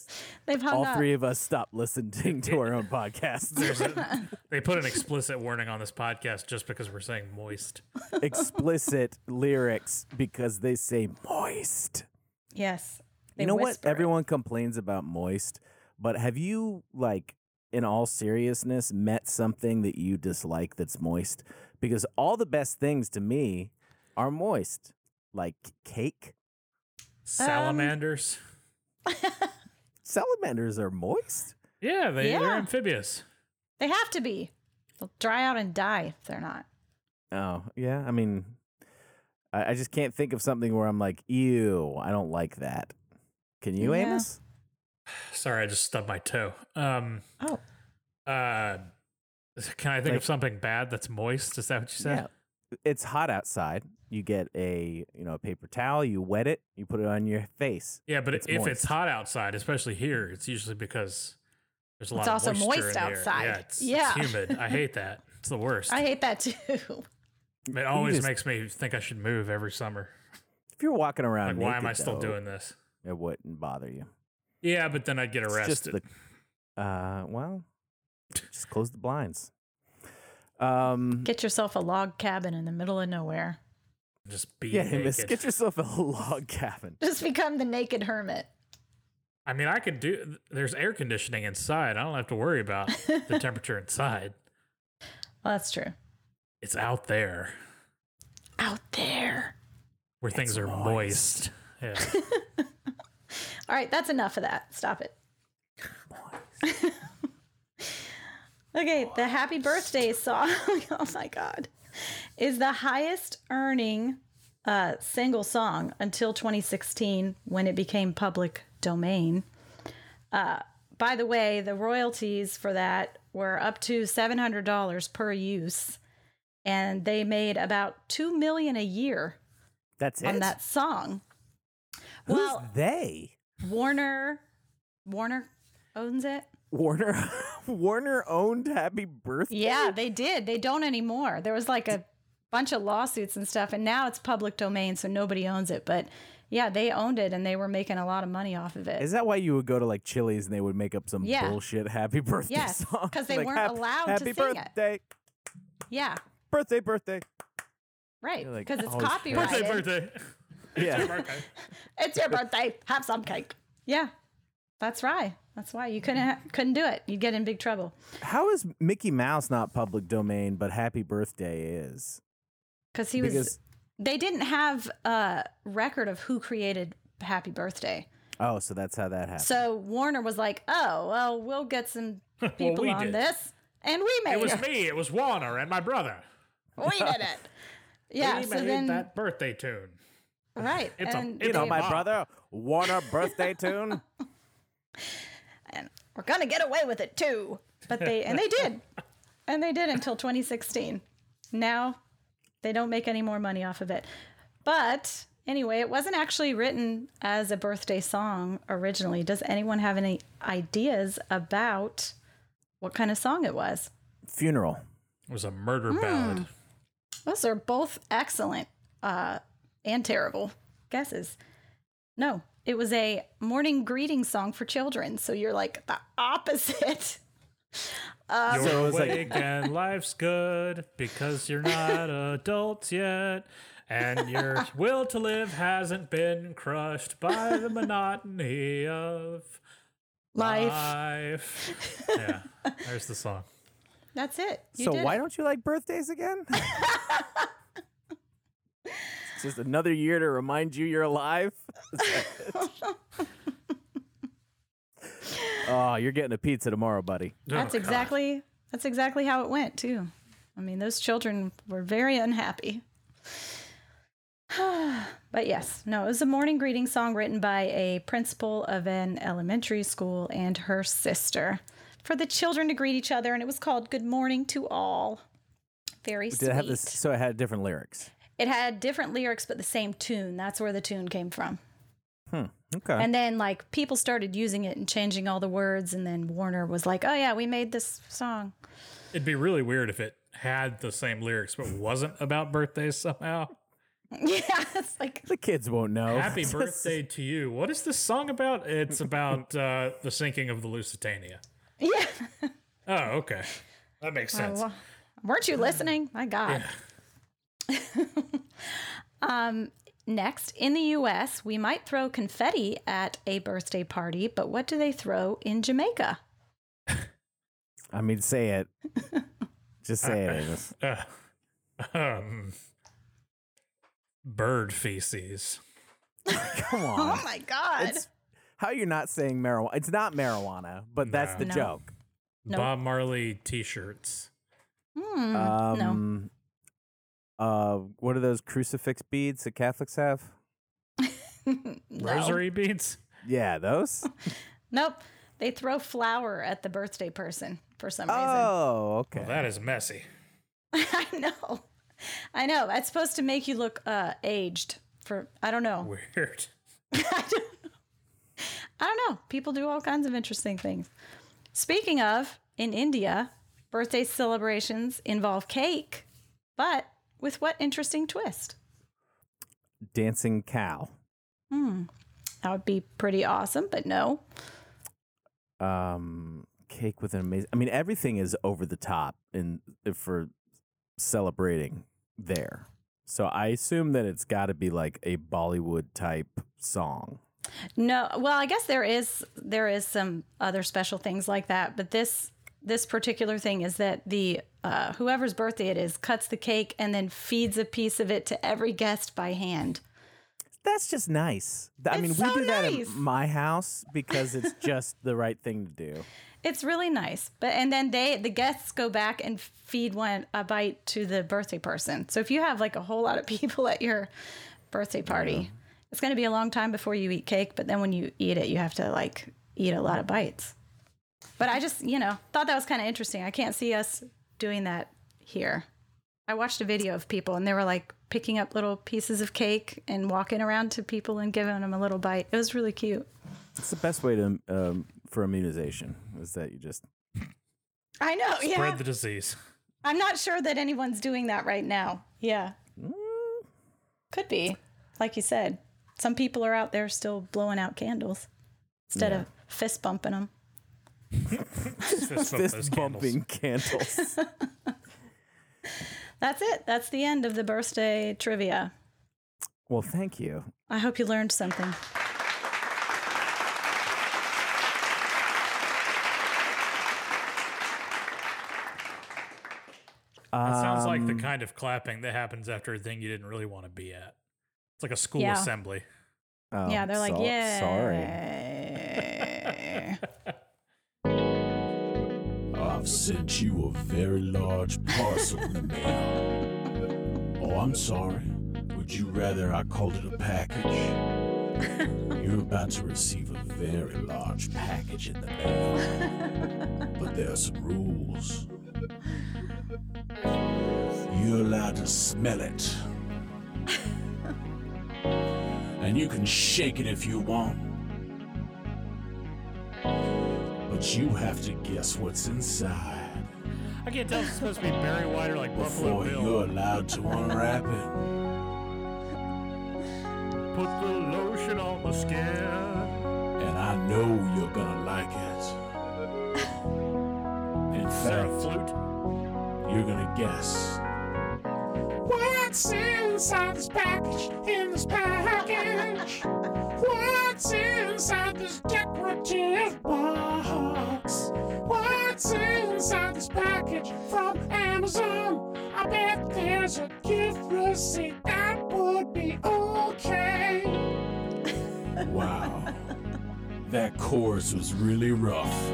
S3: they've hung
S1: all
S3: up.
S1: three of us stopped listening to our own podcasts.
S2: They put an explicit warning on this podcast just because we're saying moist.
S3: Um,
S1: Explicit lyrics because they say moist.
S3: Yes, they
S1: you know
S3: whisper
S1: what?
S3: it.
S1: Everyone complains about moist, but have you, like, in all seriousness, met something that you dislike that's moist? Because all the best things to me are moist, like cake.
S2: Salamanders.
S1: Salamanders are moist.
S2: yeah, they
S3: Yeah.
S2: they're amphibious.
S3: They have to be. They'll dry out and die if they're not.
S1: Oh, yeah. I mean, I, I just can't think of something where I'm like, ew, I don't like that. Can you,
S3: Yeah.
S1: Amos?
S2: Sorry, I just stubbed my toe. Um.
S3: Oh,
S2: Uh. Can I think
S1: Like-
S2: of something bad that's moist? Is that what you said?
S1: Yeah. It's hot outside. You get a you know a paper towel. You wet it. You put it on your face.
S2: Yeah, but
S1: It's
S2: if
S1: moist.
S2: it's hot outside, especially here, it's usually because there's a lot
S3: It's
S2: of
S3: also
S2: moisture
S3: moist
S2: in the air.
S3: outside.
S2: Yeah, it's,
S3: Yeah.
S2: it's humid. I hate that. It's the worst.
S3: I hate that too.
S2: it always
S1: just-
S2: makes me think I should move every summer.
S1: If you're walking
S2: Like,
S1: around,
S2: why am
S1: naked,
S2: I still
S1: though,
S2: doing this?
S1: It wouldn't bother you.
S2: Yeah, but then I'd get
S1: It's just
S2: arrested.
S1: the- uh, well, just close the blinds. Um,
S3: Get yourself a log cabin in the middle of nowhere.
S2: Just be
S1: yeah,
S2: naked.
S1: Amos, get yourself a log cabin.
S3: Just become the naked hermit.
S2: I mean, I could do. There's air conditioning inside. I don't have to worry about the temperature inside.
S3: Well, that's true.
S2: It's out there
S3: Out there.
S2: where
S1: It's
S2: things are moist. Yeah.
S3: All right, that's enough of that. Stop it. okay, the happy birthday song. oh my God. Is the highest earning uh, single song until 2016 when it became public domain. Uh, by the way, the royalties for that were up to $700 per use, and they made about $2 million a year
S1: That's
S3: on
S1: it.
S3: that song.
S1: Who's
S3: well-
S1: they?
S3: Warner Warner owns it.
S1: Warner Warner owned Happy Birthday.
S3: Yeah, they did. They don't anymore. There was like a bunch of lawsuits and stuff, and now it's public domain, so nobody owns it. But yeah, they owned it, and they were making a lot of money off of it.
S1: Is that why you would go to like Chili's and they would make up some
S3: Yeah.
S1: bullshit Happy Birthday
S3: Yes,
S1: song?
S3: 'cause they
S1: Like,
S3: weren't
S1: "Hap-
S3: allowed to
S1: Happy
S3: sing it."
S1: birthday,
S3: yeah,
S1: birthday, birthday.
S3: right.
S1: You're like,
S3: Because it's
S1: "Oh, shit."
S3: copyrighted.
S2: Birthday, birthday.
S1: Yeah,
S2: Okay.
S3: It's your birthday. Have some cake. Yeah, that's right. That's why you couldn't ha- couldn't do it. You'd get in big trouble
S1: how is Mickey Mouse not public domain, but Happy Birthday is?
S3: because he was.
S1: Because
S3: they didn't have a record of who created Happy Birthday.
S1: oh, so that's how that happened.
S3: So Warner was like, "Oh, well, we'll get some people
S2: we
S3: on
S2: did.
S3: this, and we made
S2: It
S3: it.
S2: was me. It was Warner and my brother.
S3: We did it." Yeah.
S2: we
S3: So
S2: made
S3: then,
S2: that birthday tune.
S3: right,
S2: It's a-
S3: and
S1: you know,
S2: Dave
S1: Oh, my
S2: Bob.
S1: brother Warner birthday tune.
S3: and we're gonna get away with it too. But they and they did, and they did until 2016. Now they don't make any more money off of it. But anyway, it wasn't actually written as a birthday song originally. Does anyone have any ideas about what kind of song it was?
S1: Funeral.
S2: It was a murder
S1: Hmm.
S2: ballad.
S3: Those are both excellent uh, and terrible guesses. No, it was a morning greeting song for children. So you're like the opposite. Uh,
S2: You're
S1: So it was like-
S2: awake and life's good because you're not adults yet, and your will to live hasn't been crushed by the monotony of
S1: Ah.
S3: Life.
S2: life. Yeah, there's the song.
S3: That's it. You
S1: so
S3: did
S1: why
S3: it.
S1: don't you like birthdays again? it's just another year to remind you you're alive. oh, you're getting a pizza tomorrow, buddy.
S3: That's
S2: Oh, God.
S3: exactly that's exactly how it went too. I mean, those children were very unhappy. but yes, no, it was a morning greeting song written by a principal of an elementary school and her sister for the children to greet each other, and it was called "Good Morning to All." Very
S1: Did
S3: sweet.
S1: it have this? So it had different lyrics.
S3: It had different lyrics, but the same tune. That's where the tune came from.
S1: Hmm. Okay.
S3: And then like people started using it and changing all the words, and then Warner was like, "Oh yeah, we made this song."
S2: It'd be really weird if it had the same lyrics but wasn't about birthdays somehow.
S3: Yeah, it's like
S1: the kids won't know.
S2: Happy birthday to you. What is this song about? It's about uh, the sinking of the Lusitania.
S3: yeah.
S2: Oh, okay. That makes sense.
S3: Well, weren't you listening? My God. um, next, in the U.S., we might throw confetti at a birthday party, but what do they throw in Jamaica?
S1: I mean, say it. Just say it. Amos.
S2: Uh, um, bird feces.
S1: Come on.
S3: Oh my God.
S1: It's how you're not saying marijuana. It's not marijuana, but that's the
S3: No.
S1: joke.
S3: No.
S2: Bob Marley t shirts.
S3: Hmm, no.
S1: Um, Uh, what are those crucifix beads that Catholics have?
S3: No.
S2: Rosary beads?
S1: Yeah, those.
S3: Nope. They throw flour at the birthday person for some reason.
S1: oh, okay.
S2: Well, that is messy.
S3: I know. I know. That's supposed to make you look uh, aged. For I don't know.
S2: Weird.
S3: I don't know. People do all kinds of interesting things. Speaking of, in India, birthday celebrations involve cake, but with what interesting twist?
S1: Dancing cow.
S3: Hmm. That would be pretty awesome, but no.
S1: Um, cake with an amazing. I mean, everything is over the top in for celebrating there. So I assume that it's got to be like a Bollywood type song.
S3: No. Well, I guess there is there is some other special things like that, but this this particular thing is that the uh, whoever's birthday it is cuts the cake and then feeds a piece of it to every guest by hand.
S1: that's just nice. Th- I
S3: It's
S1: mean,
S3: so
S1: we do that
S3: nice.
S1: in my house because it's just the right thing to do.
S3: It's really nice. But and then they the guests go back and feed one a bite to the birthday person. So if you have like a whole lot of people at your birthday party, it's going to be a long time before you eat cake, but then when you eat it, you have to like eat a lot of bites. But I just, you know, thought that was kind of interesting. I can't see us doing that here. I watched a video of people and they were like picking up little pieces of cake and walking around to people and giving them a little bite. It was really cute.
S1: It's the best way to um, for immunization is that you just
S3: I know. yeah.
S2: Spread the disease.
S3: I'm not sure that anyone's doing that right now. Yeah. Could be. Like you said, some people are out there still blowing out candles instead of fist bumping them.
S2: Fist bump those
S1: fist
S2: candles.
S1: bumping candles.
S3: That's it. That's the end of the birthday trivia.
S1: well, thank you.
S3: I hope you learned something.
S2: That sounds like the
S1: Um,
S2: kind of clapping that happens after a thing you didn't really want to be at. It's like a school
S3: Yeah.
S2: assembly.
S1: Oh,
S3: yeah, they're like,
S1: so-
S3: yeah.
S1: Sorry.
S5: I've sent you a very large parcel in the mail. Oh, I'm sorry. Would you rather I called it a package? You're about to receive a very large package in the mail. But there are some rules. You're allowed to smell it. And you can shake it if you want. But you have to guess what's inside.
S2: I can't tell if it's supposed to be Barry White or like Buffalo
S5: before
S2: Bill.
S5: you're allowed to unwrap it.
S2: Put the lotion on my skin.
S5: And I know you're gonna like it. In
S2: Is there a
S5: fact,
S2: flute?
S5: you're gonna guess. What's inside this package? In this package? What's inside this decorative box? What's inside this package from Amazon? I bet there's a gift receipt that would be okay. wow. That chorus was really rough.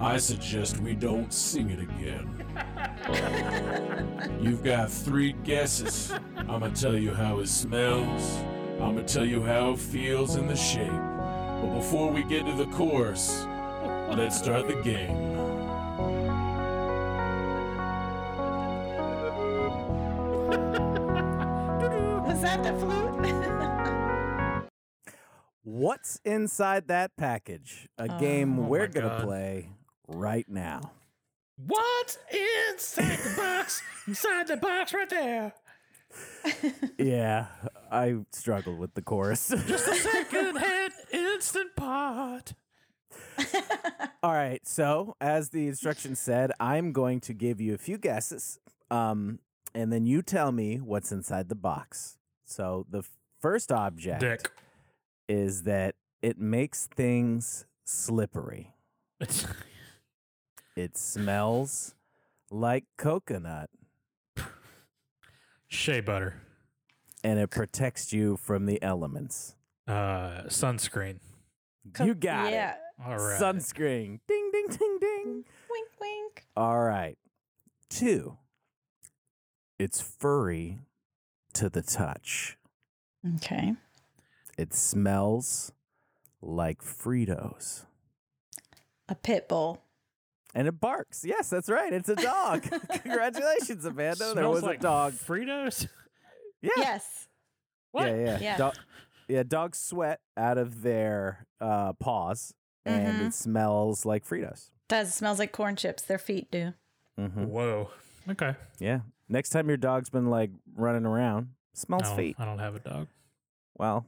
S5: I suggest we don't sing it again. You've got three guesses. I'm gonna tell you how it smells. I'm gonna tell you how it feels in the shape. But before we get to the chorus, let's start the game.
S3: Was that the flute?
S1: What's inside that package? A
S3: Oh
S1: game we're gonna
S2: God.
S1: play right now.
S2: What's inside the box? Inside the box right there.
S1: Yeah, I struggled with the chorus.
S2: Second hand instant pot.
S1: All right. So, as the instructions said, I'm going to give you a few guesses, um, and then you tell me what's inside the box. So, the first object
S2: Dick.
S1: is that it makes things slippery. It smells like coconut,
S2: Shea butter.
S1: and it protects you from the elements.
S2: Uh, sunscreen.
S1: You got
S3: yeah.
S1: it.
S2: All right.
S1: Sunscreen. Ding, ding, ding, ding.
S3: Wink, wink.
S1: All right. Two. It's furry to the touch.
S3: Okay.
S1: It smells like Fritos.
S3: A pit bull.
S1: And it barks. Yes, that's right. It's a dog. Congratulations, Amanda. there
S2: Smells
S1: was
S2: like
S1: a dog.
S2: Fritos.
S1: Yeah.
S3: Yes.
S2: What?
S1: Yeah, yeah.
S3: Yeah.
S1: Dog- yeah, dogs sweat out of their uh, paws and it smells like Fritos.
S3: Does smells like corn chips. Their feet do.
S1: hmm
S2: Whoa. Okay.
S1: Yeah. Next time your dog's been like running around,
S2: I
S1: smells
S2: don't,
S1: feet.
S2: Oh, I don't have a dog.
S1: Well,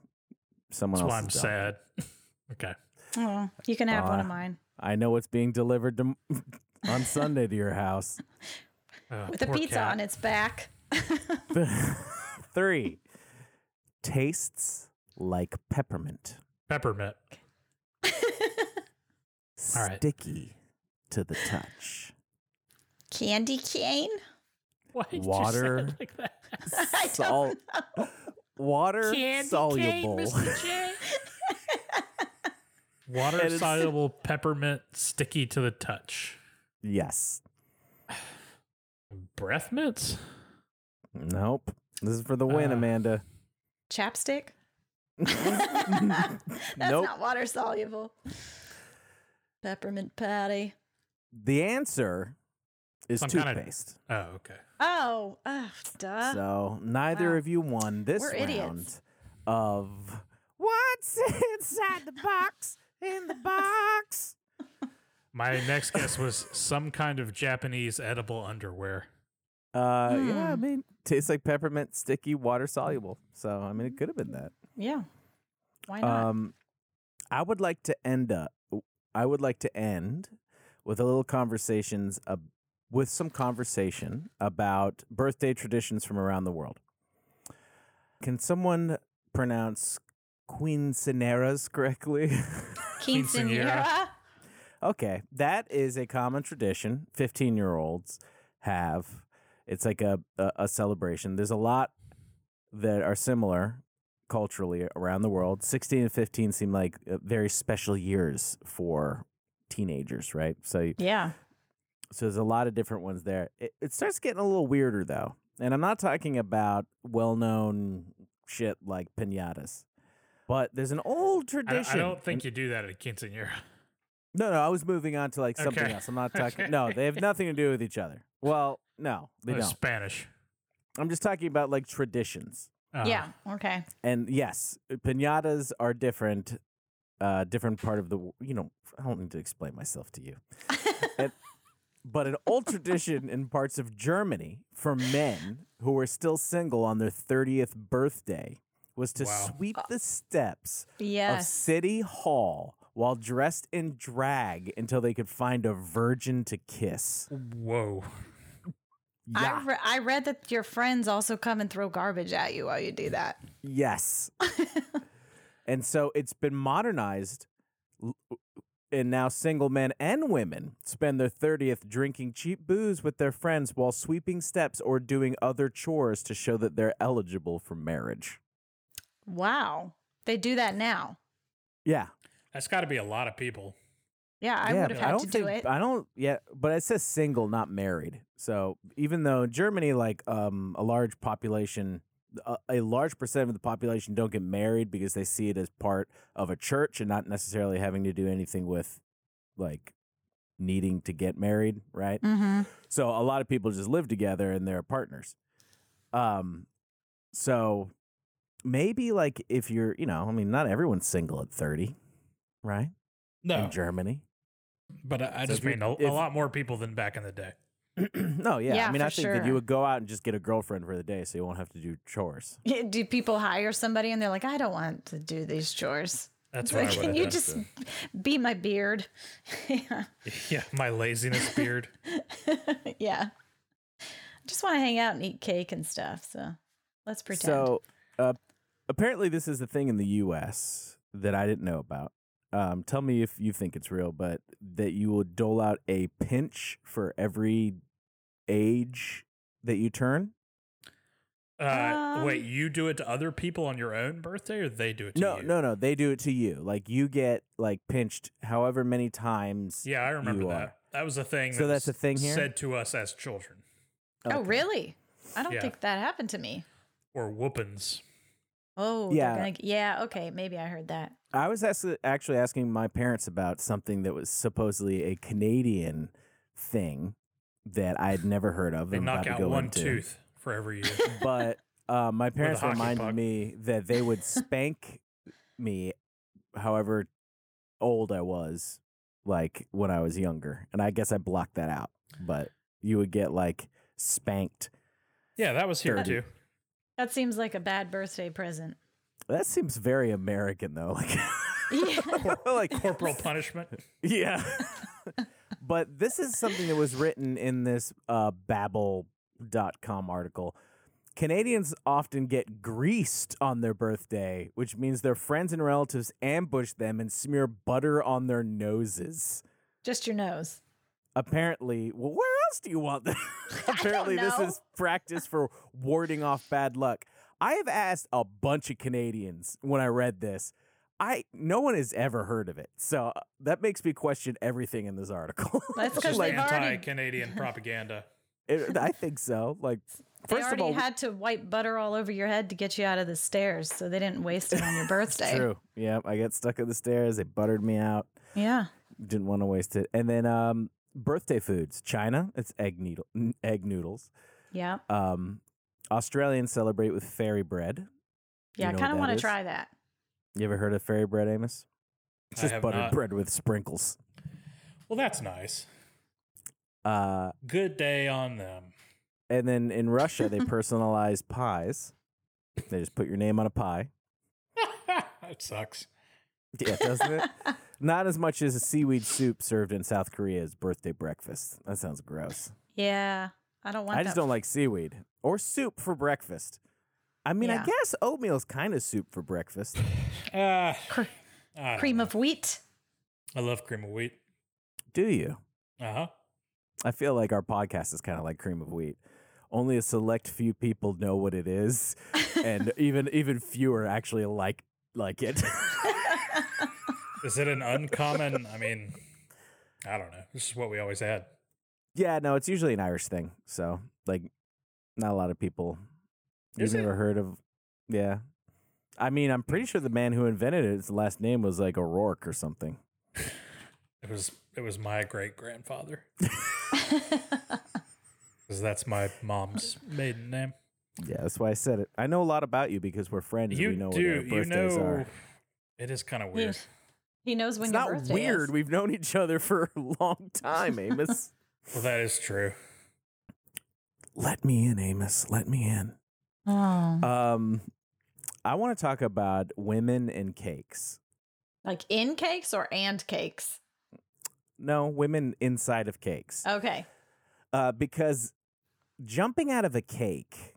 S1: someone
S2: That's why I'm
S1: else's dog.
S2: sad. okay.
S3: Oh, you can have one of
S1: Uh,
S3: mine.
S1: I know what's being delivered to, on Sunday to your house.
S2: Uh,
S3: With a
S2: poor
S3: pizza
S2: cat.
S3: on its back.
S1: Three tastes like peppermint,
S2: Peppermint. All right.
S1: sticky to the touch.
S3: Candy cane?
S2: Why did you say it
S1: Water.
S2: like that?
S1: Salt, water
S6: Candy
S1: soluble.
S6: cane, Mr. J.
S2: Water
S1: And it's-
S2: soluble peppermint sticky to the touch.
S1: yes.
S2: Breath mints?
S1: Nope. This is for the win,
S2: Uh,
S1: Amanda.
S3: Chapstick? That's
S1: Nope.
S3: not water soluble. Peppermint patty.
S1: The answer is
S2: Some kinda-
S1: toothpaste.
S2: Oh, okay.
S3: Oh, oh duh.
S1: so neither
S3: wow.
S1: of you won this
S3: We're
S1: round
S3: idiots.
S1: of what's inside the box in the box.
S2: My next guess was some kind of Japanese edible underwear.
S1: Uh, yeah, I
S3: Hmm.
S1: mean, tastes like peppermint, sticky, water soluble. So I mean, it could have been that.
S3: yeah. Why not?
S1: Um, I would like to end up. I would like to end with a little conversations uh, with some conversation about birthday traditions from around the world. Can someone pronounce quinceaneras correctly?
S2: Quinceañera.
S3: Quinceañera?
S1: Okay, that is a common tradition. Fifteen-year-olds have. It's like a, a a celebration. There's a lot that are similar culturally around the world. Sixteen and fifteen seem like uh, very special years for teenagers, right? So
S3: Yeah.
S1: so there's a lot of different ones there. It, it starts getting a little weirder though, and I'm not talking about well-known shit like pinatas, but there's an old
S2: I don't,
S1: tradition.
S2: I don't
S1: an
S2: think you do that at a quinceanera.
S1: no, no, I was moving on to like something
S2: Okay.
S1: else. I'm not talking. No, they have nothing to do with each other. Well, no, they
S2: It's
S1: don't.
S2: Uh, Spanish.
S1: I'm just talking about like traditions.
S2: Uh,
S3: yeah. Okay.
S1: And yes, pinatas are different, uh, different part of the. w- You know, I don't need to explain myself to you. And- but an old tradition in parts of Germany for men who were still single on their 30th birthday was to
S2: Wow.
S1: sweep the steps of
S3: Yes.
S1: City Hall while dressed in drag until they could find a virgin to kiss.
S2: Whoa.
S1: Yeah.
S3: I, re- I read that your friends also come and throw garbage at you while you do that.
S1: yes. and so it's been modernized. l- And now single men and women spend their 30th drinking cheap booze with their friends while sweeping steps or doing other chores to show that they're eligible for marriage.
S3: Wow. They do that now.
S1: Yeah.
S2: That's got to be a lot of people.
S3: Yeah, I
S1: yeah,
S3: would have
S1: but I
S3: had
S1: don't
S3: to
S1: think,
S3: do it.
S1: I don't. Yeah, but it says single, not married. So even though in Germany, like um, a large population, a, a large percent of the population don't get married because they see it as part of a church and not necessarily having to do anything with, like, needing to get married, right?
S3: mm-hmm.
S1: So a lot of people just live together and they're partners. Um, so maybe like if you're, you know, I mean, not everyone's single at thirty, right?
S4: No,
S1: In Germany.
S2: But I, I
S1: So
S2: just
S1: if you-
S2: mean a, a
S1: if-
S2: lot more people than back in the day.
S1: no, yeah. I
S3: Yeah,
S1: mean, I
S3: for
S1: think that you
S3: sure.
S1: would go out and just get a girlfriend for the day, so you won't have to do chores.
S3: Yeah, Do people hire somebody and they're like, I don't want to do these chores?
S2: That's
S3: Like,
S2: what I would
S3: can
S2: have
S3: you
S2: done.
S3: just be my beard? yeah.
S2: Yeah, my laziness beard.
S3: yeah. I just want to hang out and eat cake and stuff. So let's pretend. Oh,
S1: So, uh, apparently, this is a thing in the U.S. that I didn't know about. Um, tell me if you think it's real, but that you will dole out a pinch for every age that you turn.
S2: Uh,
S3: Um,
S2: wait, you do it to other people on your own birthday, or they do it to
S1: No,
S2: you?
S1: no, no. They do it to you. Like you get like pinched however many times.
S2: Yeah, I remember
S1: you
S2: that.
S1: are.
S2: That was a thing.
S1: So
S2: that
S1: that's
S2: was
S1: a thing here?
S2: Said to us as children,
S3: oh,
S1: Okay.
S3: really? I don't
S2: Yeah.
S3: think that happened to me.
S2: or whoopins.
S3: Oh, they're
S1: Yeah.
S3: Gonna, yeah. Okay. Maybe I heard that.
S1: I was ask- actually asking my parents about something that was supposedly a Canadian thing that I had never heard of.
S2: They
S1: I'm about
S2: knock
S1: to
S2: out
S1: go
S2: one
S1: into.
S2: tooth for every year.
S1: But uh, my parents
S2: hockey
S1: reminded
S2: puck.
S1: me that they would spank me, however old I was, like when I was younger, and I guess I blocked that out. But you would get like spanked.
S2: yeah, that was here
S1: Thirty.
S2: too.
S3: That seems like a bad birthday present.
S1: That seems very American, though. Like,
S3: Yeah.
S1: like
S2: Corporal punishment.
S1: Yeah. but this is something that was written in this uh, Babbel.com article. Canadians often get greased on their birthday, which means their friends and relatives ambush them and smear butter on their noses.
S3: Just your nose.
S1: Apparently, well, where else do you want that? Apparently, this
S3: know.
S1: is practice for warding off bad luck. I have asked a bunch of Canadians when I read this. I no one has ever heard of it, so uh, that makes me question everything in this article.
S3: That's
S2: It's
S3: because
S2: just
S3: they've already
S2: anti-Canadian propaganda.
S1: It- I think so. Like,
S3: they
S1: first
S3: already
S1: of all,
S3: had to wipe butter all over your head to get you out of the stairs, so they didn't waste it on your birthday.
S1: true. Yeah, I got stuck at the stairs. They buttered me out.
S3: Yeah.
S1: Didn't want to waste it. And then um, birthday foods: China, it's egg needle, n- egg noodles.
S3: Yeah.
S1: Um, Australians celebrate with fairy bread.
S3: Yeah.
S1: You know
S3: I kind
S1: what
S3: of
S1: that
S3: want to
S1: is?
S3: try that.
S1: You ever heard of fairy bread, Amos? It's
S2: I
S1: just
S2: have
S1: buttered
S2: not.
S1: bread with sprinkles.
S2: Well, that's nice.
S1: Uh,
S2: Good day on them.
S1: and then in Russia, they personalize pies. They just put your name on a pie.
S2: that sucks.
S1: Yeah, doesn't it? Not as much as a seaweed soup served in South Korea's birthday breakfast. That sounds gross.
S3: Yeah. I don't want
S1: I just
S3: that.
S1: don't like seaweed or soup for breakfast. I mean, I
S3: Yeah.
S1: guess oatmeal's kind of soup for breakfast.
S2: Uh,
S3: Cre-
S2: I don't
S3: cream
S2: know.
S3: of wheat.
S2: I love cream of wheat.
S1: Do you?
S2: Uh huh.
S1: I feel like our podcast is kind of like cream of wheat. Only a select few people know what it is, and even even fewer actually like like it.
S2: Is it an uncommon? I mean, I don't know. This is what we always had.
S1: yeah, no, it's usually an Irish thing. So, like, not a lot of people. You've
S2: Is it?
S1: never heard of? Yeah, I mean, I'm pretty sure the man who invented it, his last name was like O'Rourke or something.
S2: It was it was my great grandfather because that's my mom's maiden name.
S1: Yeah, that's why I said it. I know a lot about you because we're friends. and
S2: You
S1: we know
S2: do.
S1: what our
S2: You
S1: birthdays
S2: know.
S1: are.
S2: It is kind of
S3: You-
S2: weird.
S3: he knows when
S1: It's
S3: your
S1: not
S3: birthday
S1: weird.
S3: is.
S1: We've known each other for a long time, Amos.
S2: Well, that is true.
S1: Let me in, Amos. Let me in.
S3: Oh.
S1: Um, I want to talk about women and cakes.
S3: Like in cakes or and cakes?
S1: No, women inside of cakes.
S3: Okay.
S1: Uh, because jumping out of a cake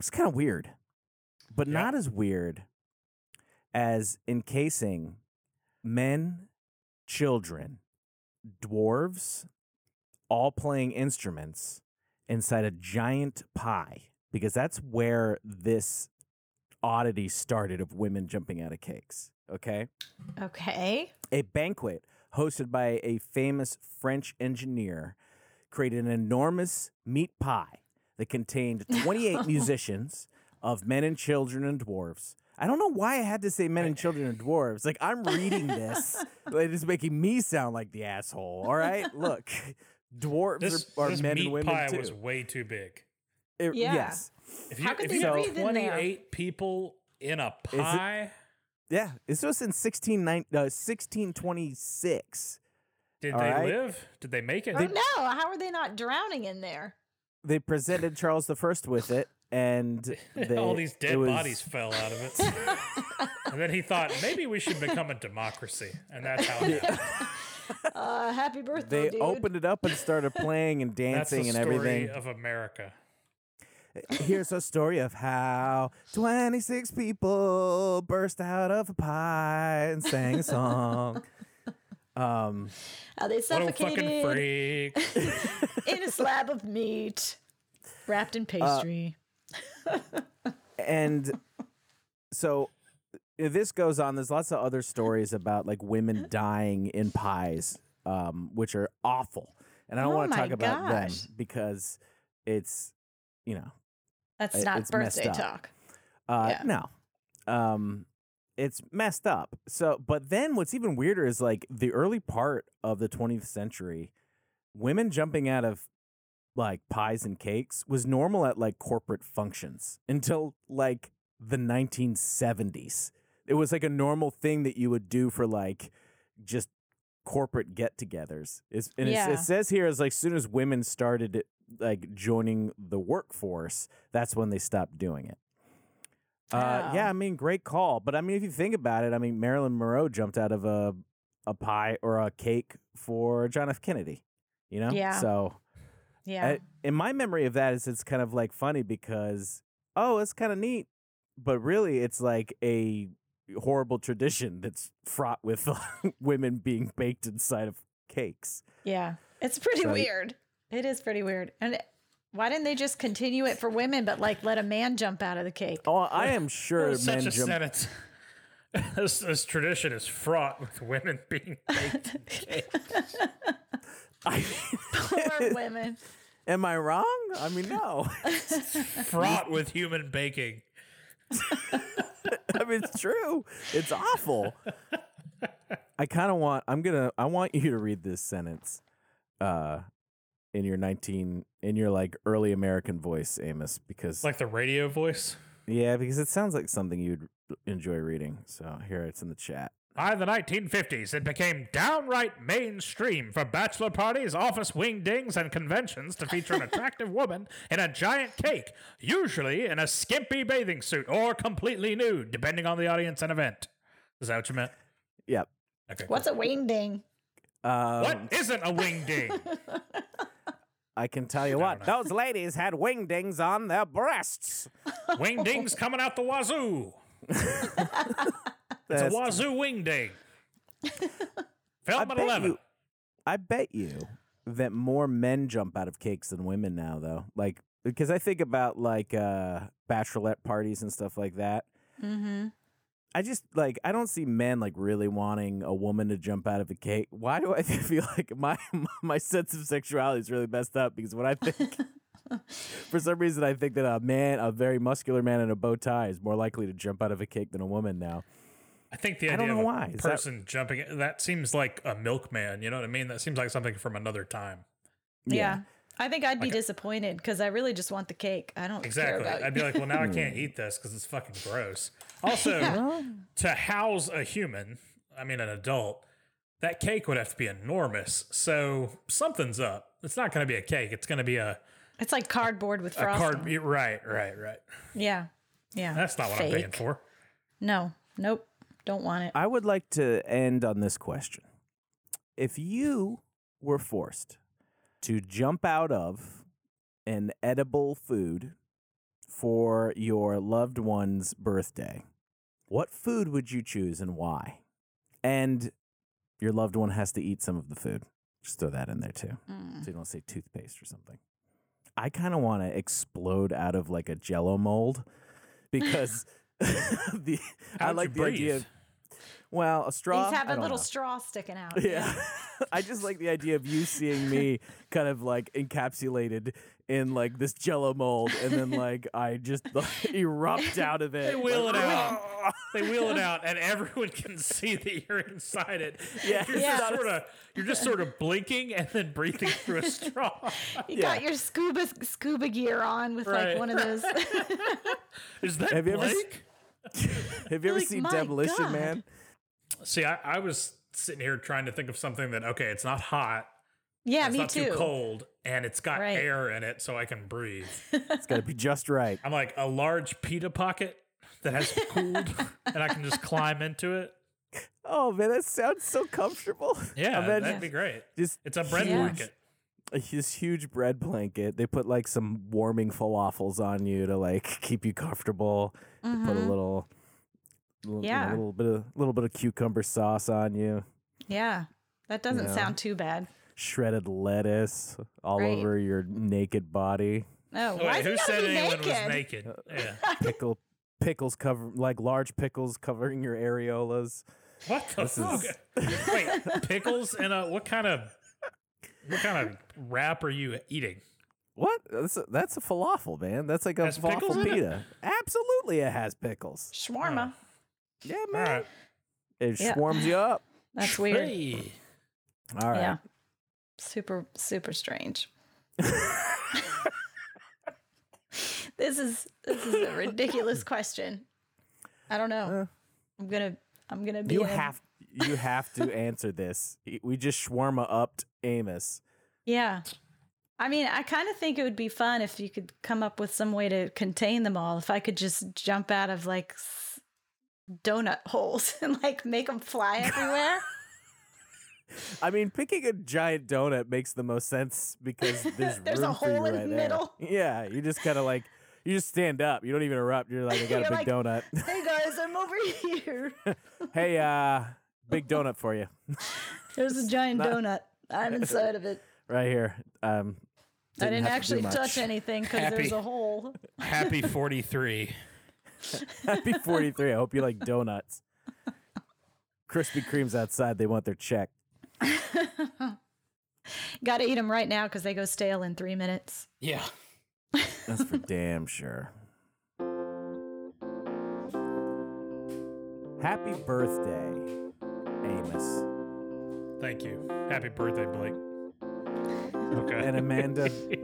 S1: is kind of weird, but
S2: Yeah.
S1: not as weird as encasing men, children, dwarves, all playing instruments inside a giant pie, because that's where this oddity started of women jumping out of cakes. Okay
S3: Okay.
S1: a banquet hosted by a famous French engineer created an enormous meat pie that contained 28 musicians of men and children and dwarves. I don't know why I had to say men and children and dwarves. Like I'm reading this, but it is making me sound like the asshole. All right, look, dwarves
S2: This,
S1: are, are
S2: this
S1: men
S2: meat
S1: and women
S2: pie
S1: too.
S2: was way too big.
S1: It-
S3: Yeah.
S1: Yes,
S2: If
S3: How could
S2: if
S3: they
S2: you have
S3: breathe in there?
S2: 28 people in a
S1: it-
S2: pie,
S1: yeah. This was in 16, uh, 1626.
S2: did they
S1: all right.
S2: live? Did they make it?
S3: oh, no. How are they not drowning in there?
S1: they presented Charles the First with it, and they,
S2: All these
S1: it
S2: dead
S1: was-
S2: bodies fell out of it. and then he thought, maybe we should become a democracy. And that's how it happened.
S3: Uh, happy birthday.
S1: They
S3: dude.
S1: opened it up and started playing and
S2: That's
S1: dancing
S2: the
S1: and
S2: story
S1: everything.
S2: of America.
S1: Here's a story of how 26 people burst out of a pie and sang a song. um,
S3: Are they
S2: What a fucking
S3: suffocated
S2: freak.
S3: in a slab of meat wrapped
S1: Uh,
S3: in pastry?
S1: and so uh, this goes on. There's lots of other stories about like women dying in pies, um, which are awful. And I don't
S3: Oh
S1: want to
S3: my
S1: talk about them
S3: gosh.
S1: because it's, you know,
S3: That's
S1: it-
S3: not
S1: it's messed
S3: birthday
S1: up.
S3: talk.
S1: Uh,
S3: Yeah.
S1: No, um, it's messed up. So, but then what's even weirder is like the early part of the 20th century, women jumping out of like pies and cakes was normal at like corporate functions until like the 1970s. It was like a normal thing that you would do for like just corporate get-togethers. It's, and it's-
S3: Yeah.
S1: it says here is like as soon as women started like joining the workforce, that's when they stopped doing it. Uh,
S3: Oh.
S1: yeah, I mean, great call. But I mean, if you think about it, I mean, Marilyn Monroe jumped out of a a pie or a cake for John F. Kennedy. You know,
S3: Yeah.
S1: So
S3: Yeah.
S1: uh, in my memory of that is it's kind of like funny because oh, it's kind of neat, but really it's like a horrible tradition that's fraught with women being baked inside of cakes.
S3: yeah. It's pretty
S1: so-
S3: weird. It is pretty weird. And Why didn't they just continue it for women, but like let a man jump out of the cake?
S1: Oh, I am sure
S2: Such
S1: men
S2: a
S1: jump.
S2: sentence. this, this tradition is fraught with women being baked. in cake.
S1: I,
S3: Poor women.
S1: am I wrong? I mean, no.
S2: fraught with human baking.
S1: I mean, it's true. It's awful. I kind of want. I'm gonna. I want you to read this sentence, uh, in your 19, in your like early American voice, Amos, because
S2: Like the radio voice.
S1: yeah, because it sounds like something you'd enjoy reading. So here it's in the chat.
S2: By the 1950s, it became downright mainstream for bachelor parties, office wing dings, and conventions to feature an attractive woman in a giant cake, usually in a skimpy bathing suit or completely nude, depending on the audience and event. Is that what you meant?
S1: Yep.
S2: Okay.
S3: What's a wing ding?
S1: Um,
S2: What isn't a wing ding?
S1: I can tell you what. Those ladies had wingdings on their breasts.
S2: wing ding's coming out the wazoo. It's
S1: That's-
S2: a wazoo wing ding. Film at
S1: bet
S2: 11.
S1: you- I bet you that more men jump out of cakes than women now, though. Like, because I think about like uh, bachelorette parties and stuff like that.
S3: Mm-hmm.
S1: I just like I don't see men like really wanting a woman to jump out of the cake. Why do I feel like my my sense of sexuality is really messed up? Because when I think, for some reason, I think that a man, a very muscular man in a bow tie, is more likely to jump out of a cake than a woman now.
S2: I think the
S1: I
S2: idea
S1: don't know
S2: of a
S1: why. Is that-
S2: person jumping that seems like a milkman, you know what I mean? That seems like something from another time.
S3: Yeah. I think I'd be
S2: Like a-
S3: disappointed because I really just want the cake. I don't
S2: Exactly.
S3: care about
S2: I'd be like, well, now I can't eat this because it's fucking gross. Also, to house a human, I mean, an adult, that cake would have to be enormous. So something's up. It's not going to be a cake. It's going to be a,
S3: It's like cardboard with
S2: a
S3: frosting.
S2: card. Right, right, right.
S3: Yeah. Yeah.
S2: That's not what I'm paying
S3: Fake.
S2: for.
S3: No. Nope. Don't want it.
S1: I would like to end on this question. If you were forced to jump out of an edible food for your loved one's birthday, what food would you choose and why? And your loved one has to eat some of the food. Just throw that in there too. So you don't say toothpaste or something. I kind of want to explode out of like a jello mold because the
S2: How
S1: I
S2: would
S1: like
S2: you
S1: the idea
S2: breathe?
S1: of well, a straw.
S3: These have
S1: I
S3: a
S1: don't
S3: little
S1: know.
S3: straw sticking out.
S1: Yeah. I just like the idea of you seeing me kind of like encapsulated in like this jello mold and then like I just like, erupt out of it.
S2: They wheel
S1: like,
S2: it out. they wheel it out, and everyone can see that you're inside it.
S1: Yeah.
S2: You're
S3: Yeah.
S2: just sort of you're just sort of blinking and then breathing through a straw.
S3: You
S1: Yeah.
S3: got your scuba scuba gear on with
S2: Right.
S3: like one of those.
S2: Is that
S1: Have you ever s-
S2: Blake?
S1: Have you ever
S3: Like,
S1: seen
S3: my
S1: Demolition
S3: God.
S1: Man?
S2: See, I, I was sitting here trying to think of something that okay, it's not hot,
S3: yeah,
S2: it's
S3: me
S2: not
S3: too.
S2: too cold, and it's got
S3: Right.
S2: air in it, so I can breathe.
S1: It's got to be just right.
S2: I'm like a large pita pocket that has cooled, and I can just climb into it.
S1: Oh man, that sounds so comfortable.
S2: Yeah,
S1: Imagine
S2: that'd be great.
S1: just uh,
S2: It's a bread
S3: Yeah.
S2: blanket.
S1: this huge bread blanket. They put like some warming falafels on you to like keep you comfortable.
S3: Mm-hmm.
S1: They put a little, little a
S3: Yeah.
S1: little bit of little bit of cucumber sauce on you,
S3: Yeah. That doesn't
S1: Yeah.
S3: sound too bad.
S1: shredded lettuce all
S3: Right.
S1: over your naked body,
S3: Oh,
S2: Oh,
S3: why
S2: Wait,
S3: is it
S2: who
S3: gotta
S2: said
S3: be
S2: anyone was
S3: naked?
S2: naked? Yeah.
S1: pickle pickles cover like large pickles covering your areolas.
S2: What the fuck? Wait, pickles and a what kind of what kind of wrap are you eating?
S1: What? That's a, that's a falafel, man. That's like a
S2: Has pickles
S1: falafel
S2: in it?
S1: pita. Absolutely, it has pickles.
S3: Shawarma.
S2: Oh.
S1: Yeah,
S2: All
S1: man.
S2: right.
S1: It
S3: Yeah.
S1: swarms you up.
S3: That's weird.
S2: Hey.
S1: All right.
S3: Yeah. Super, super strange. this is this is a ridiculous question. I don't know. I'm gonna I'm gonna be
S1: Uh. You
S3: a-
S1: have you have to answer this. We just shawarma upped Amos.
S3: Yeah. I mean, I kind of think it would be fun if you could come up with some way to contain them all. If I could just jump out of like s- donut holes and like make them fly everywhere.
S1: I mean, picking a giant donut makes the most sense because there's
S3: There's a
S1: room for you
S3: hole in
S1: right
S3: the
S1: there.
S3: middle.
S1: Yeah, you just kind of like you just stand up. You don't even erupt. You're like, I got a
S3: You're
S1: big donut.
S3: hey guys, I'm over here.
S1: hey, uh, big donut for you
S3: There's a giant donut. I'm inside of it.
S1: right here. Um,
S3: I
S1: have
S3: didn't
S1: to do
S3: actually
S1: much.
S3: touch anything because there's
S4: Happy.
S3: a hole.
S4: Happy 43.
S1: Happy 43. I hope you like donuts. Krispy Kreme's outside. They want their check.
S3: Got to eat them right now because they go stale in three minutes.
S4: Yeah.
S1: That's for damn sure. Happy birthday, Amos
S2: Thank you. Happy birthday, Blake. Okay.
S1: and Amanda. happy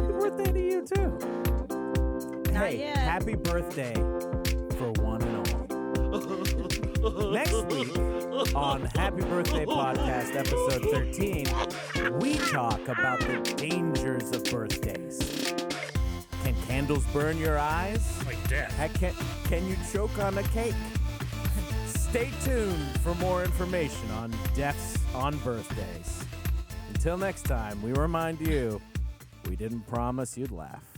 S1: birthday to you too.
S3: Not
S1: hey,
S3: yet.
S1: happy birthday for one and all. Next week on Happy Birthday Podcast, episode 13, we talk about the dangers of birthdays. Can candles burn your eyes?
S2: like death.
S1: I can, can you choke on a cake? Stay tuned for more information on deaths on birthdays. Until next time, we remind you we didn't promise you'd laugh.